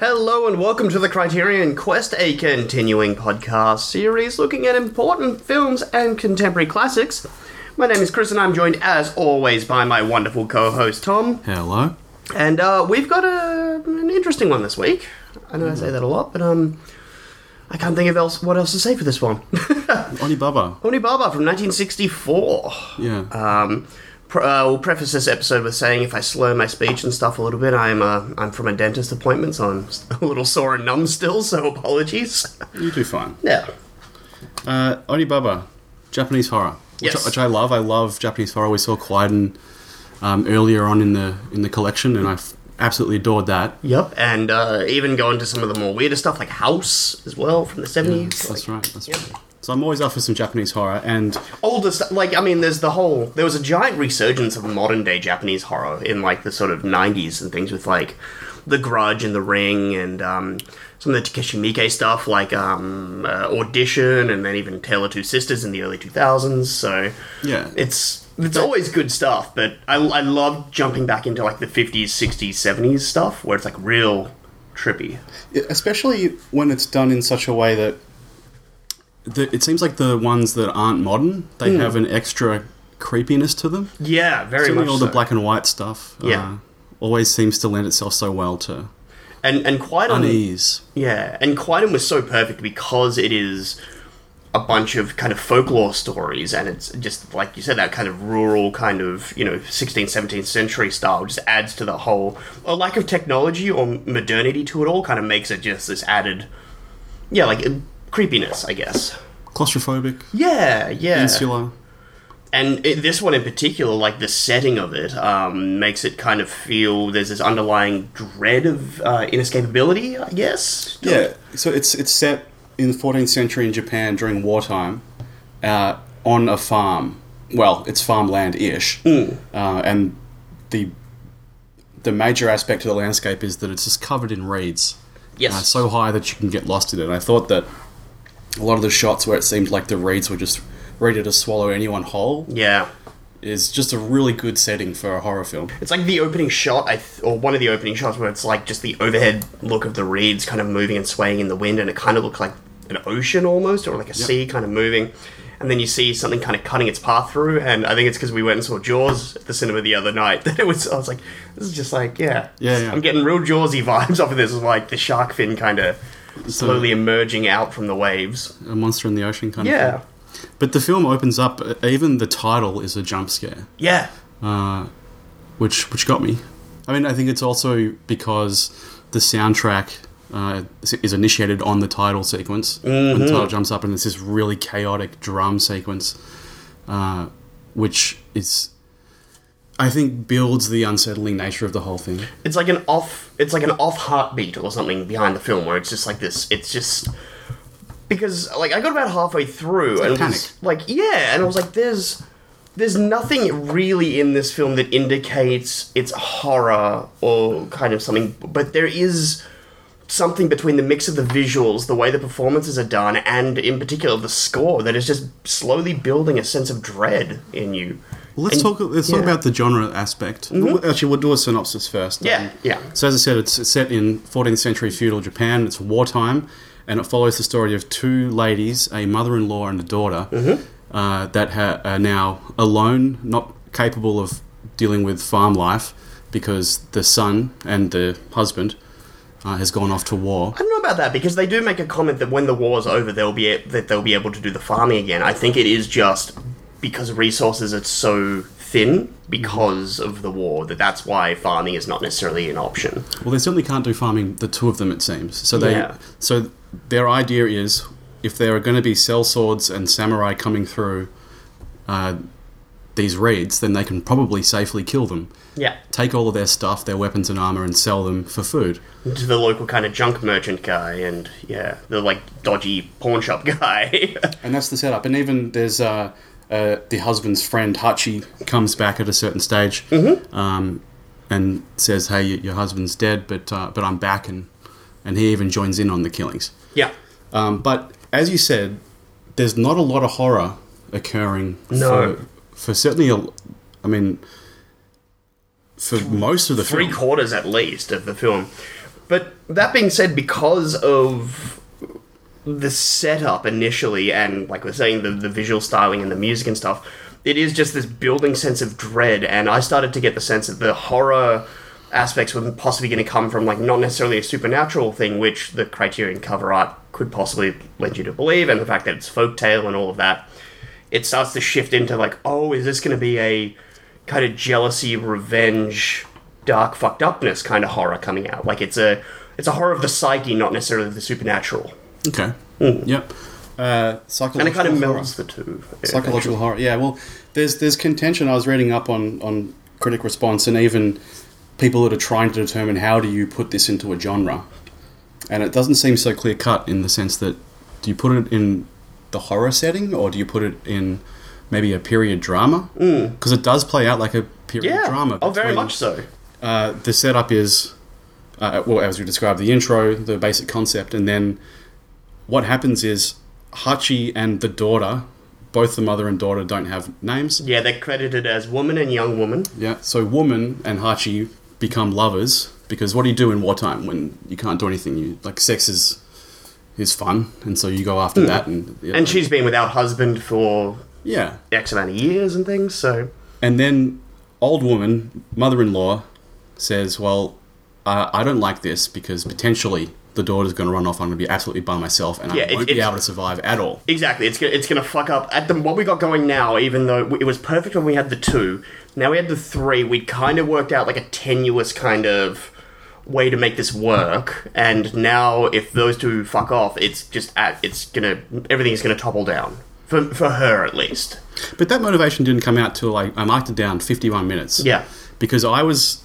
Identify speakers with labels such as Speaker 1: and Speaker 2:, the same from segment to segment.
Speaker 1: and welcome to the Criterion Quest, a continuing podcast series looking at important films and contemporary classics. My name is Chris, and I'm joined, as always, by my wonderful co-host Tom.
Speaker 2: Hello.
Speaker 1: And uh, we've got a, an interesting one this week. I know I say that a lot, but um, I can't think of else what else to say for this one.
Speaker 2: Alibaba.
Speaker 1: Oni Baba from 1964.
Speaker 2: Yeah.
Speaker 1: Um, pr- uh, we'll preface this episode with saying if I slur my speech and stuff a little bit, I'm uh, I'm from a dentist appointment, so I'm a little sore and numb still. So apologies.
Speaker 2: you do fine.
Speaker 1: Yeah.
Speaker 2: Uh, Onibaba, Japanese horror, which,
Speaker 1: Yes.
Speaker 2: which I love. I love Japanese horror. We saw Clyden um, earlier on in the in the collection, and I f- absolutely adored that.
Speaker 1: Yep. And uh, even go into some of the more weirder stuff like House as well from the 70s. like,
Speaker 2: That's right. That's right. So I'm always up for some Japanese horror, and
Speaker 1: Older stuff. Like, I mean, there's the whole. There was a giant resurgence of modern day Japanese horror in, like, the sort of 90s and things with, like, The Grudge and The Ring and um, some of the Takeshi Miike stuff, like um, uh, Audition and then even Tale of Two Sisters in the early 2000s. So,
Speaker 2: yeah,
Speaker 1: it's. It's always good stuff, but I, I love jumping back into like the 50s, 60s, 70s stuff where it's like real trippy.
Speaker 2: especially when it's done in such a way that the, it seems like the ones that aren't modern, they have an extra creepiness to them.
Speaker 1: Yeah, Hmm. very
Speaker 2: Certainly
Speaker 1: much
Speaker 2: all
Speaker 1: so.
Speaker 2: the black and white stuff.
Speaker 1: Yeah.
Speaker 2: uh, always seems to lend itself so well to
Speaker 1: and and quite on
Speaker 2: unease.
Speaker 1: yeah, and Quaiden was so perfect because it is a bunch of kind of folklore stories, and it's just like you said that kind of rural kind of you know 16th, 17th century style just adds to the whole a lack of technology or modernity to it all kind of makes it just this added yeah like um, creepiness, I guess.
Speaker 2: Claustrophobic,
Speaker 1: Yeah, yeah
Speaker 2: insular.
Speaker 1: and it, this one in particular, like the setting of it, um, makes it kind of feel there's this underlying dread of uh, inescapability, I guess.
Speaker 2: Yeah, so it's it's set in the 14th century in Japan during wartime, uh, on a farm. Well, it's farmland ish, uh, and the the major aspect of the landscape is that it's just covered in reeds,
Speaker 1: Yes.
Speaker 2: uh, so high that you can get lost in it. And I thought that a lot of the shots where it seemed like the reeds were just ready to swallow anyone whole
Speaker 1: yeah.
Speaker 2: is just a really good setting for a horror film.
Speaker 1: It's like the opening shot, I th- or one of the opening shots where it's like just the overhead look of the reeds kind of moving and swaying in the wind, and it kind of looked like an ocean almost, or like a sea kind of moving. And then you see something kind of cutting its path through, and I think it's because we went and saw Jaws at the cinema the other night that it was. I was like, this is just like, yeah,
Speaker 2: Yeah, yeah.
Speaker 1: I'm getting real Jawsy vibes off of this. It's like the shark fin kind of slowly emerging out from the waves.
Speaker 2: A monster in the ocean kind of
Speaker 1: Yeah,
Speaker 2: thing. But the film opens up. uh, Even the title is a jump scare.
Speaker 1: yeah,
Speaker 2: which which got me. I mean, I think it's also because the soundtrack uh, is initiated on the title sequence. When the title jumps up, and it's this really chaotic drum sequence, uh, which is, I think, builds the unsettling nature of the whole thing.
Speaker 1: it's like an off it's like an off heartbeat or something behind the film where it's just like this it's just because like I got about halfway through and
Speaker 2: panic.
Speaker 1: was like yeah and I was like there's there's nothing really in this film that indicates it's horror or kind of something but there is something between the mix of the visuals the way the performances are done and in particular the score that is just slowly building a sense of dread in you
Speaker 2: Well, let's
Speaker 1: And-
Speaker 2: talk. Let's talk
Speaker 1: yeah.
Speaker 2: about the genre aspect. Well, Actually, we'll do a synopsis first.
Speaker 1: Yeah, yeah.
Speaker 2: So as I said, it's it's set in 14th century feudal Japan. It's wartime, and it follows the story of two ladies, a mother-in-law and a daughter,
Speaker 1: Mm-hmm.
Speaker 2: uh, that ha- are now alone, not capable of dealing with farm life, because the son and the husband uh, has gone off to war.
Speaker 1: I don't know about that because they do make a comment that when the war's over, they'll be that they'll be able to do the farming again. I think it is just because resources are so thin because of the war that that's why farming is not necessarily an option.
Speaker 2: Well, they certainly can't do farming, the two of them, it seems. So they,
Speaker 1: Yeah.
Speaker 2: so their idea is, if there are going to be cell swords and samurai coming through uh, these raids, then they can probably safely kill them.
Speaker 1: Yeah,
Speaker 2: Take all of their stuff, their weapons and armor, and sell them for food.
Speaker 1: to the local kind of junk merchant guy and yeah, the like dodgy pawn shop guy.
Speaker 2: And that's the setup. And even there's uh, uh, the husband's friend Hachi comes back at a certain stage um, and says, "Hey, y- your husband's dead, but uh, but I'm back," and and he even joins in on the killings.
Speaker 1: yeah,
Speaker 2: Um, but as you said, there's not a lot of horror occurring.
Speaker 1: No.
Speaker 2: For, for certainly, a, I mean, for most of the
Speaker 1: three
Speaker 2: film.
Speaker 1: quarters at least of the film. But that being said, because of the setup initially, and like we're saying, the, the visual styling and the music and stuff, it is just this building sense of dread. And I started to get the sense that the horror aspects were possibly going to come from like not necessarily a supernatural thing, which the Criterion cover art could possibly lead you to believe, and the fact that it's folktale and all of that. It starts to shift into like, oh, is this going to be a kind of jealousy, revenge, dark fucked upness kind of horror coming out? Like it's a it's a horror of the psyche, not necessarily of the supernatural,
Speaker 2: Okay. Yep. Uh, psychological
Speaker 1: Hmm. and it kind of
Speaker 2: horror.
Speaker 1: melds the two.
Speaker 2: psychological horror. Yeah, well, there's there's contention. I was reading up on on critic response and even people that are trying to determine how do you put this into a genre, and it doesn't seem so clear cut in the sense that do you put it in the horror setting or do you put it in maybe a period drama? Because it does play out like a period
Speaker 1: Mm. Yeah.
Speaker 2: drama.
Speaker 1: Oh, very
Speaker 2: between-
Speaker 1: much so.
Speaker 2: uh, the setup is, uh, well, as we described, the intro, the basic concept, and then what happens is Hachi and the daughter, both the mother and daughter, don't have names.
Speaker 1: Yeah, they're credited as woman and young woman.
Speaker 2: Yeah. So woman and Hachi become lovers because what do you do in wartime when you can't do anything? You like sex is is fun, and so you go after that, and
Speaker 1: Hmm. And she's been without husband for
Speaker 2: yeah,
Speaker 1: X amount of years and things, so.
Speaker 2: And then old woman, mother-in-law, says, "Well, uh, I don't like this because potentially the daughter's going to run off. I'm going to be absolutely by myself, and
Speaker 1: Yeah,
Speaker 2: I
Speaker 1: it-
Speaker 2: won't be
Speaker 1: it's-
Speaker 2: able to survive at all."
Speaker 1: Exactly, it's gonna, it's gonna fuck up at the what we got going now. Even though it was perfect when we had the two, now we had the three. We kind of worked out like a tenuous kind of way to make this work, and now if those two fuck off, it's just at, it's gonna everything's gonna topple down for for her at least.
Speaker 2: But that motivation didn't come out till like I marked it down 51 minutes.
Speaker 1: Yeah.
Speaker 2: because I was.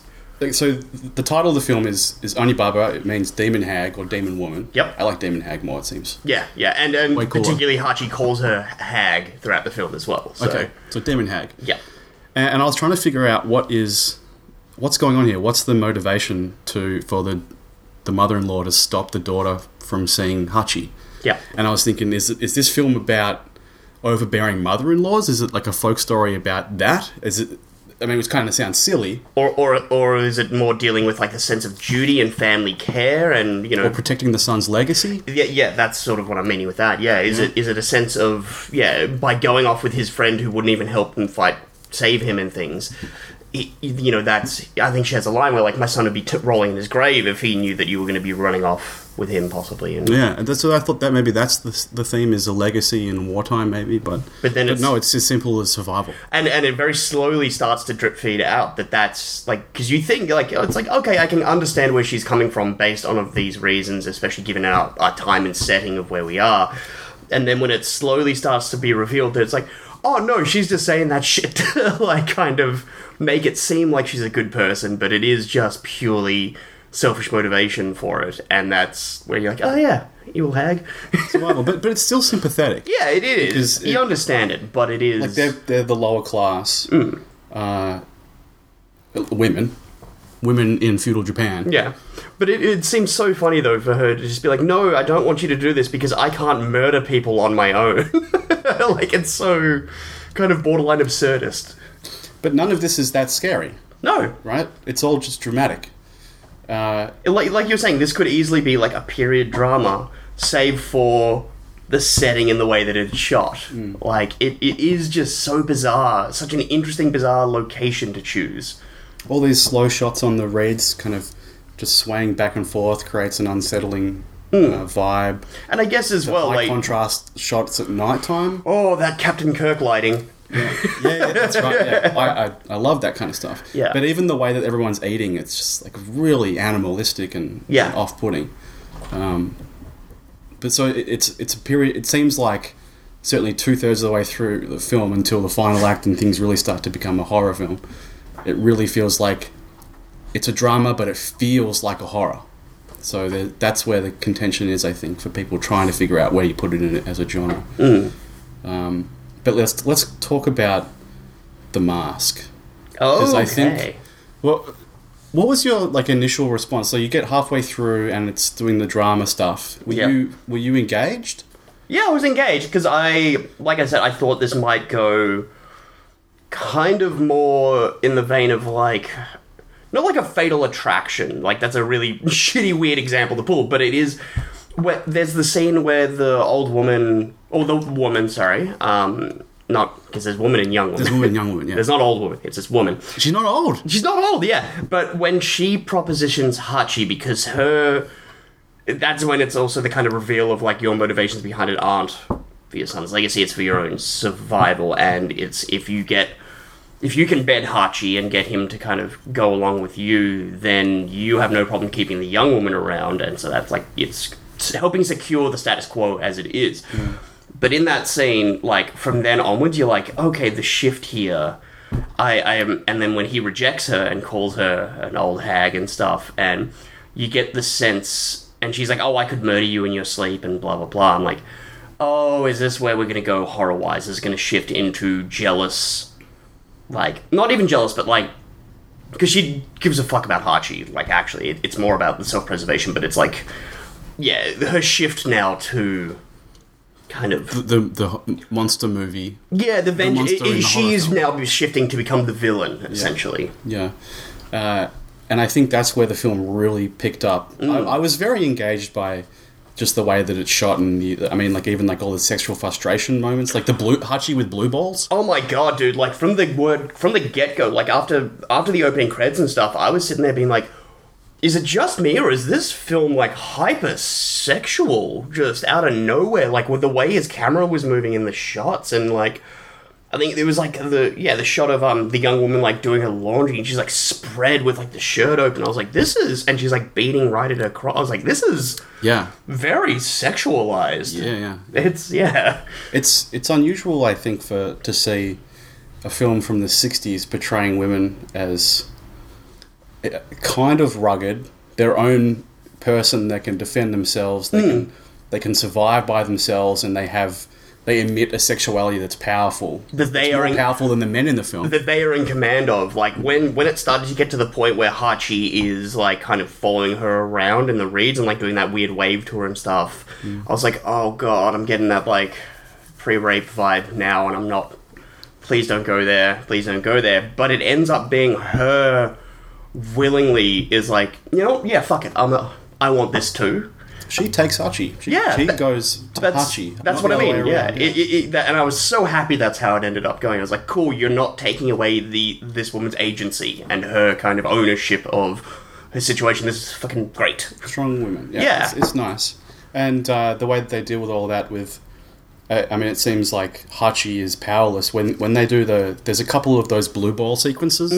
Speaker 2: So the title of the film is is Onibaba. It means demon hag or demon woman.
Speaker 1: Yep.
Speaker 2: I like demon hag more. It seems.
Speaker 1: Yeah, yeah, and and
Speaker 2: Way cooler.
Speaker 1: particularly Hachi calls her hag throughout the film as well. So.
Speaker 2: Okay, so demon hag.
Speaker 1: Yeah.
Speaker 2: and, and I was trying to figure out what is what's going on here. What's the motivation to for the the mother-in-law to stop the daughter from seeing Hachi?
Speaker 1: Yeah.
Speaker 2: And I was thinking, is is this film about overbearing mother-in-laws? Is it like a folk story about that? Is it? I mean, it was kind of sounds silly,
Speaker 1: Or, or, or is it more dealing with like a sense of duty and family care and you know
Speaker 2: or protecting the son's legacy.
Speaker 1: Yeah, yeah, that's sort of what I'm meaning with that. Yeah, is it is it a sense of yeah by going off with his friend who wouldn't even help him fight, save him and things. i- You know, that's. I think she has a line where, like, my son would be t- rolling in his grave if he knew that you were going to be running off with him, possibly. And
Speaker 2: Yeah, and that's what I thought. That maybe that's the, the theme is a legacy in wartime, maybe. But
Speaker 1: But then it's-
Speaker 2: no, it's as simple as survival.
Speaker 1: and and it very slowly starts to drip feed out that that's like because you think like oh, it's like okay I can understand where she's coming from based on of these reasons especially given our, our time and setting of where we are and then when it slowly starts to be revealed that it's like oh no she's just saying that shit to like kind of make it seem like she's a good person but it is just purely selfish motivation for it and that's where you're like oh yeah evil hag
Speaker 2: Survival, but but it's still sympathetic.
Speaker 1: yeah it is
Speaker 2: Because
Speaker 1: you
Speaker 2: it-
Speaker 1: understand it but it is
Speaker 2: like they're they're the lower class uh, women, women in feudal Japan.
Speaker 1: Yeah. But it, it seems so funny, though, for her to just be like, no, I don't want you to do this because I can't murder people on my own. like, it's so kind of borderline absurdist.
Speaker 2: But none of this is that scary,
Speaker 1: No.
Speaker 2: right? It's all just dramatic. Uh,
Speaker 1: Like, like you're saying, this could easily be like a period drama, save for the setting and the way that it's shot.
Speaker 2: Hmm.
Speaker 1: Like, it, it is just so bizarre. Such an interesting, bizarre location to choose.
Speaker 2: all these slow shots on the reeds, kind of just swaying back and forth, creates an unsettling uh, vibe.
Speaker 1: And I guess as well,
Speaker 2: High
Speaker 1: like,
Speaker 2: contrast shots at nighttime.
Speaker 1: oh, that Captain Kirk lighting.
Speaker 2: yeah, yeah, that's right. Yeah. I, I, I love that kind of stuff.
Speaker 1: Yeah.
Speaker 2: But even the way that everyone's eating, it's just like really animalistic and
Speaker 1: Yeah.
Speaker 2: off putting. Um, but so it, it's it's a period. It seems like certainly two thirds of the way through the film until the final act and things really start to become a horror film. It really feels like it's a drama, but it feels like a horror. So the, that's where the contention is, I think, for people trying to figure out where you put it in as a genre. Um, but let's let's talk about the mask.
Speaker 1: Oh, okay.
Speaker 2: I think- Well, what was your like initial response? So you get halfway through and it's doing the drama stuff. Were
Speaker 1: Yeah.
Speaker 2: you were you engaged?
Speaker 1: Yeah, I was engaged because I, like I said, I thought this might go kind of more in the vein of like not like a fatal attraction. Like that's a really shitty, weird example to pull, but it is. Where, there's the scene where the old woman, or the woman, sorry, um, not because there's woman and young woman.
Speaker 2: There's woman, young woman, yeah.
Speaker 1: There's not old woman. It's this woman.
Speaker 2: She's not old.
Speaker 1: She's not old, yeah. But when she propositions Hachi, because her, that's when it's also the kind of reveal of like your motivations behind it aren't for your son's legacy. It's for your own survival, and it's if you get if you can bed Hachi and get him to kind of go along with you, then you have no problem keeping the young woman around, and so that's like it's helping secure the status quo as it is. But in that scene, like from then onwards, you're like, okay, the shift here. I, I am, and then when he rejects her and calls her an old hag and stuff, and you get the sense, and she's like, "Oh, I could murder you in your sleep," and blah blah blah. I'm like, "Oh, is this where we're gonna go horror wise? Is it gonna shift into jealous like not even jealous, but like because she gives a fuck about Hachi. Like actually, it, it's more about the self preservation. But it's like, yeah, her shift now to kind of
Speaker 2: The the monster movie.
Speaker 1: yeah, the vengeance.
Speaker 2: monster in the horror
Speaker 1: she is
Speaker 2: film.
Speaker 1: now shifting to become the villain essentially.
Speaker 2: Yeah. Uh, and I think that's where the film really picked up.
Speaker 1: Mm.
Speaker 2: I, I was very engaged by just the way that it's shot, and the, I mean, like even like all the sexual frustration moments, like the blue Hachi with blue balls.
Speaker 1: Oh my god, dude! Like from the word from the get go, like after after the opening credits and stuff, I was sitting there being like. Is it just me, or is this film like hypersexual, just out of nowhere? Like with the way his camera was moving in the shots, and like, I think there was like the yeah the shot of um the young woman like doing her laundry, and she's like spread with like the shirt open. I was like, this is, and she's like beating right at her cross. I was like, this is
Speaker 2: Yeah,
Speaker 1: very sexualized.
Speaker 2: yeah, yeah.
Speaker 1: It's yeah,
Speaker 2: It's it's unusual, I think, for to see a film from the '60s portraying women as uh, kind of rugged, their own person that can defend themselves, they
Speaker 1: Hmm.
Speaker 2: can they can survive by themselves, and they have they emit a sexuality that's powerful.
Speaker 1: that they
Speaker 2: More
Speaker 1: are in,
Speaker 2: powerful than the men in the film.
Speaker 1: that they are in command of. Like when when it started to get to the point where Hachi is like kind of following her around in the reeds and like doing that weird wave to her and stuff.
Speaker 2: Mm.
Speaker 1: I was like, oh god, I'm getting that like pre-rape vibe now, and I'm not. Please don't go there. Please don't go there. But it ends up being her willingly is like, you know, yeah, fuck it. I'm a, I want this too.
Speaker 2: she takes Hachi. She,
Speaker 1: Yeah,
Speaker 2: she
Speaker 1: that-
Speaker 2: goes to
Speaker 1: That's
Speaker 2: Hachi.
Speaker 1: that's
Speaker 2: not
Speaker 1: what
Speaker 2: the
Speaker 1: I
Speaker 2: other
Speaker 1: mean.
Speaker 2: way
Speaker 1: Yeah,
Speaker 2: around.
Speaker 1: It, it, it- that, and I was so happy that's how it ended up going. I was like, cool, you're not taking away the this woman's agency and her kind of ownership of her situation. This is fucking great.
Speaker 2: strong women. Yeah,
Speaker 1: Yeah.
Speaker 2: It's, it's nice. And uh, the way that they deal with all that with, uh, I mean, it seems like Hachi is powerless when when they do the. There's a couple of those blue ball sequences,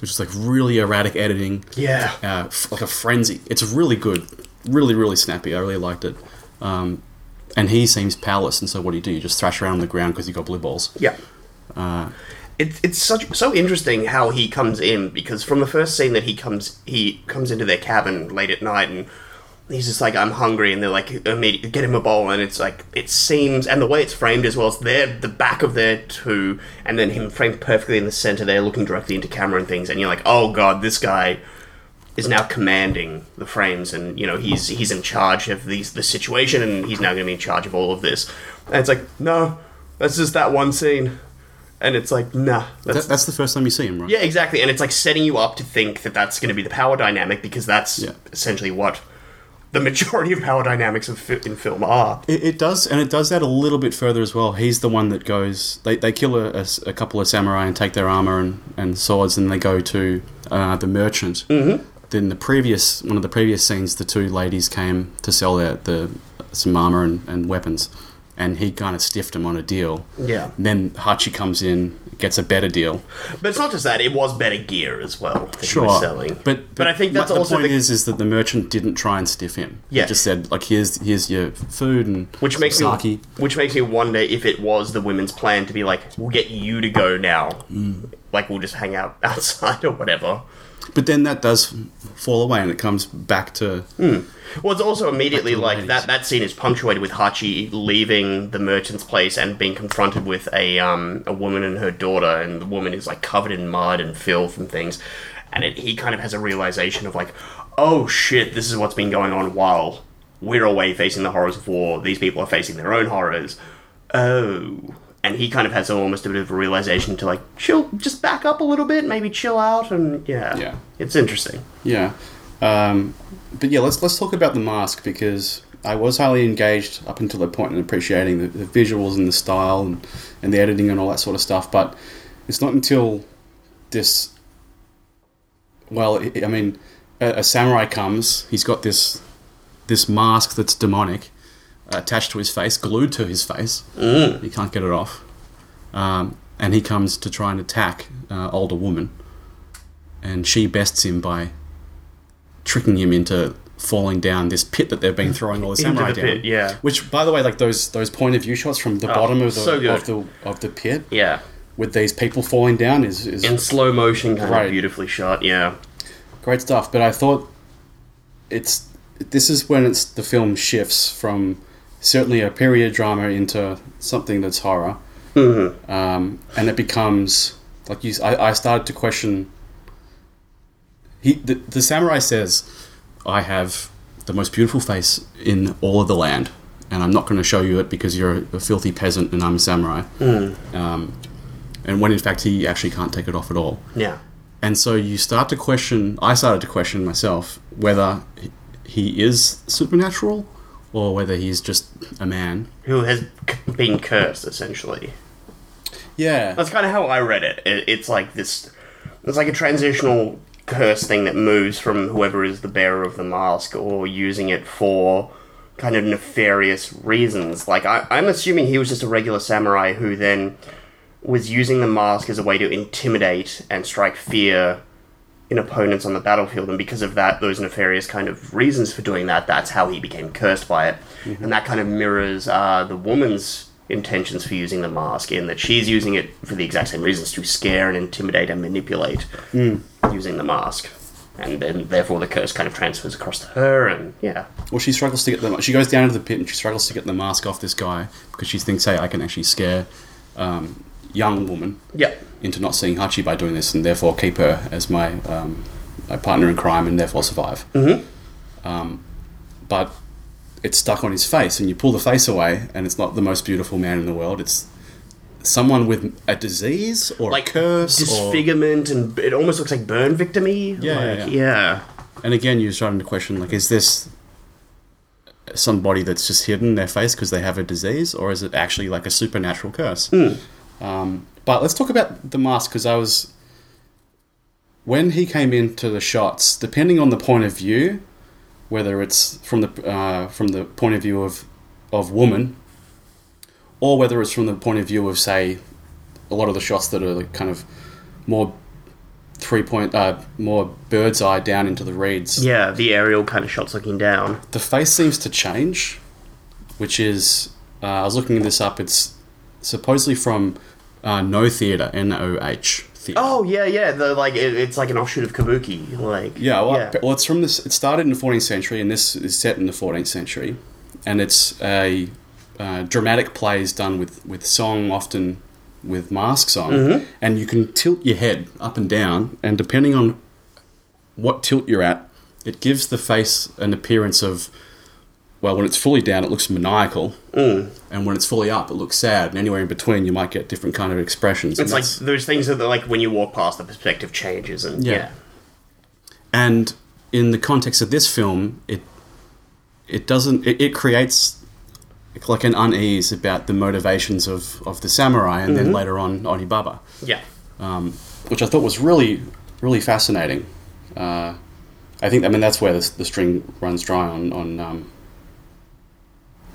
Speaker 2: which is like really erratic editing.
Speaker 1: Mm-hmm. Yeah.
Speaker 2: uh, f- like a frenzy. It's really good, really really snappy. I really liked it. Um, and he seems powerless, and so what do you do? You just thrash around on the ground because you got blue balls.
Speaker 1: Yeah. Uh, it's it's such so interesting how he comes in because from the first scene that he comes he comes into their cabin late at night and he's just like I'm hungry and they're like immediately get him a bowl and it's like it seems and the way it's framed as well it's there the back of their two and then him framed perfectly in the center there looking directly into camera and things and you're like oh god this guy is now commanding the frames and you know he's he's in charge of these the situation and he's now going to be in charge of all of this and it's like no that's just that one scene and it's like nah that's,
Speaker 2: That, that's the first time you see him, right?
Speaker 1: yeah exactly and it's like setting you up to think that that's going to be the power dynamic because that's
Speaker 2: Yeah.
Speaker 1: essentially what the majority of power dynamics of fi- in film are
Speaker 2: It, it does, and it does that a little bit further as well. He's the one that goes. They, they kill a, a s- a couple of samurai and take their armor and, and swords, and they go to uh, the merchant. Mm-hmm. Then the previous one of the previous scenes, the two ladies came to sell their the some armor and, and weapons, and he kind of stiffed him on a deal.
Speaker 1: Yeah.
Speaker 2: Then Hachi comes in, gets a better deal.
Speaker 1: but it's not just that it was better gear as well that he was selling
Speaker 2: But, but
Speaker 1: I think
Speaker 2: my-
Speaker 1: that's
Speaker 2: the
Speaker 1: also
Speaker 2: point
Speaker 1: the-
Speaker 2: is is that the merchant didn't try and stiff him.
Speaker 1: Yeah.
Speaker 2: He just said like here's here's your food and
Speaker 1: which makes
Speaker 2: sake.
Speaker 1: me which makes me wonder if it was the women's plan to be like we'll get you to go now like we'll just hang out outside or whatever
Speaker 2: But then that does fall away, and it comes back to
Speaker 1: Well, it's also immediately
Speaker 2: the
Speaker 1: like
Speaker 2: ladies.
Speaker 1: that. That scene is punctuated with Hachi leaving the merchant's place and being confronted with a um, a woman and her daughter, and the woman is like covered in mud and filth and things, and it, he kind of has a realization of like, oh shit, this is what's been going on while we're away facing the horrors of war. These people are facing their own horrors. Oh, and he kind of has almost a bit of a realization to like chill, just back up a little bit, maybe chill out, and yeah,
Speaker 2: Yeah.
Speaker 1: it's interesting.
Speaker 2: Yeah, um, but yeah, let's let's talk about the mask because I was highly engaged up until that point in appreciating the, the visuals and the style and, and the editing and all that sort of stuff. But it's not until this, well, i I mean, a, a samurai comes. He's got this this mask that's demonic uh, attached to his face, glued to his face.
Speaker 1: Mm.
Speaker 2: He can't get it off. Um, and he comes to try and attack uh, older woman, and she bests him by tricking him into falling down this pit that they've been throwing all the
Speaker 1: Into
Speaker 2: samurai
Speaker 1: the
Speaker 2: down.
Speaker 1: pit, yeah. Oh,
Speaker 2: Which, by the way, like those those point of view shots from the bottom of the,
Speaker 1: so good.
Speaker 2: of the of the pit
Speaker 1: Yeah,
Speaker 2: with these people falling down is, is
Speaker 1: in slow motion, kind
Speaker 2: Right.
Speaker 1: of beautifully shot. Yeah,
Speaker 2: great stuff. But I thought it's this is when it's the film shifts from certainly a period drama into something that's horror, um, and it becomes like you. I, I started to question. He the, the samurai says, "I have the most beautiful face in all of the land." And I'm not going to show you it because you're a filthy peasant and I'm a samurai. Um, and when in fact he actually can't take it off at all.
Speaker 1: yeah,
Speaker 2: And so you start to question, I started to question myself whether he is supernatural or whether he's just a man.
Speaker 1: who has c- been cursed essentially?
Speaker 2: Yeah.
Speaker 1: That's kind of how I read it. it. It's like this. It's like a transitional curse thing that moves from whoever is the bearer of the mask or using it for kind of nefarious reasons. Like I, I'm assuming he was just a regular samurai who then was using the mask as a way to intimidate and strike fear in opponents on the battlefield, and because of that, those nefarious kind of reasons for doing that, that's how he became cursed by it.
Speaker 2: Mm-hmm.
Speaker 1: And that kind of mirrors uh, the woman's intentions for using the mask, in that she's using it for the exact same reasons to scare and intimidate and manipulate
Speaker 2: Mm.
Speaker 1: using the mask. And then, therefore, the curse kind of transfers across to her, and yeah.
Speaker 2: Well, she struggles to get the. She goes down into the pit and she struggles to get the mask off this guy because she thinks, hey, I can actually scare um, young woman
Speaker 1: Yeah.
Speaker 2: into not seeing Hachi by doing this and therefore keep her as my, um, my partner in crime and therefore survive. Mm-hmm. Um, but it's stuck on his face, and you pull the face away, and it's not the most beautiful man in the world. It's someone with a disease or
Speaker 1: Like,
Speaker 2: a curse. or-
Speaker 1: Disfigurement, and it almost looks like burn victim y.
Speaker 2: Yeah, yeah,
Speaker 1: Like,
Speaker 2: yeah.
Speaker 1: yeah.
Speaker 2: and again, you're starting to question like, is this somebody that's just hidden their face because they have a disease, or is it actually like a supernatural curse? Um, but let's talk about the mask because I was when he came into the shots, depending on the point of view, whether it's from the uh, from the point of view of of woman, or whether it's from the point of view of say a lot of the shots that are like kind of more three point uh, more bird's eye down into the reeds
Speaker 1: Yeah, the aerial kind of shots looking down.
Speaker 2: the face seems to change, which is uh, I was looking this up. It's supposedly from uh, No Theater, N O H Theater.
Speaker 1: Oh yeah, yeah. The like it, it's like an offshoot of Kabuki. Like
Speaker 2: yeah, well,
Speaker 1: yeah.
Speaker 2: well, it's from this. It started in the 14th century, and this is set in the 14th century, and it's a uh, dramatic plays done with with song, often with masks on,
Speaker 1: Mm-hmm.
Speaker 2: and you can tilt your head up and down, and depending on what tilt you're at, it gives the face an appearance of. Well, when it's fully down, it looks maniacal,
Speaker 1: Mm.
Speaker 2: and when it's fully up, it looks sad. And anywhere in between, you might get different kind of
Speaker 1: It's
Speaker 2: expressions. and
Speaker 1: like
Speaker 2: that's-
Speaker 1: those things that like when you walk past, the perspective changes, and
Speaker 2: Yeah.
Speaker 1: yeah,
Speaker 2: and in the context of this film it it doesn't it, it creates like an unease about the motivations of, of the samurai and then later on Onibaba
Speaker 1: yeah,
Speaker 2: um, which I thought was really really fascinating uh, I think I mean that's where the, the string runs dry on on um,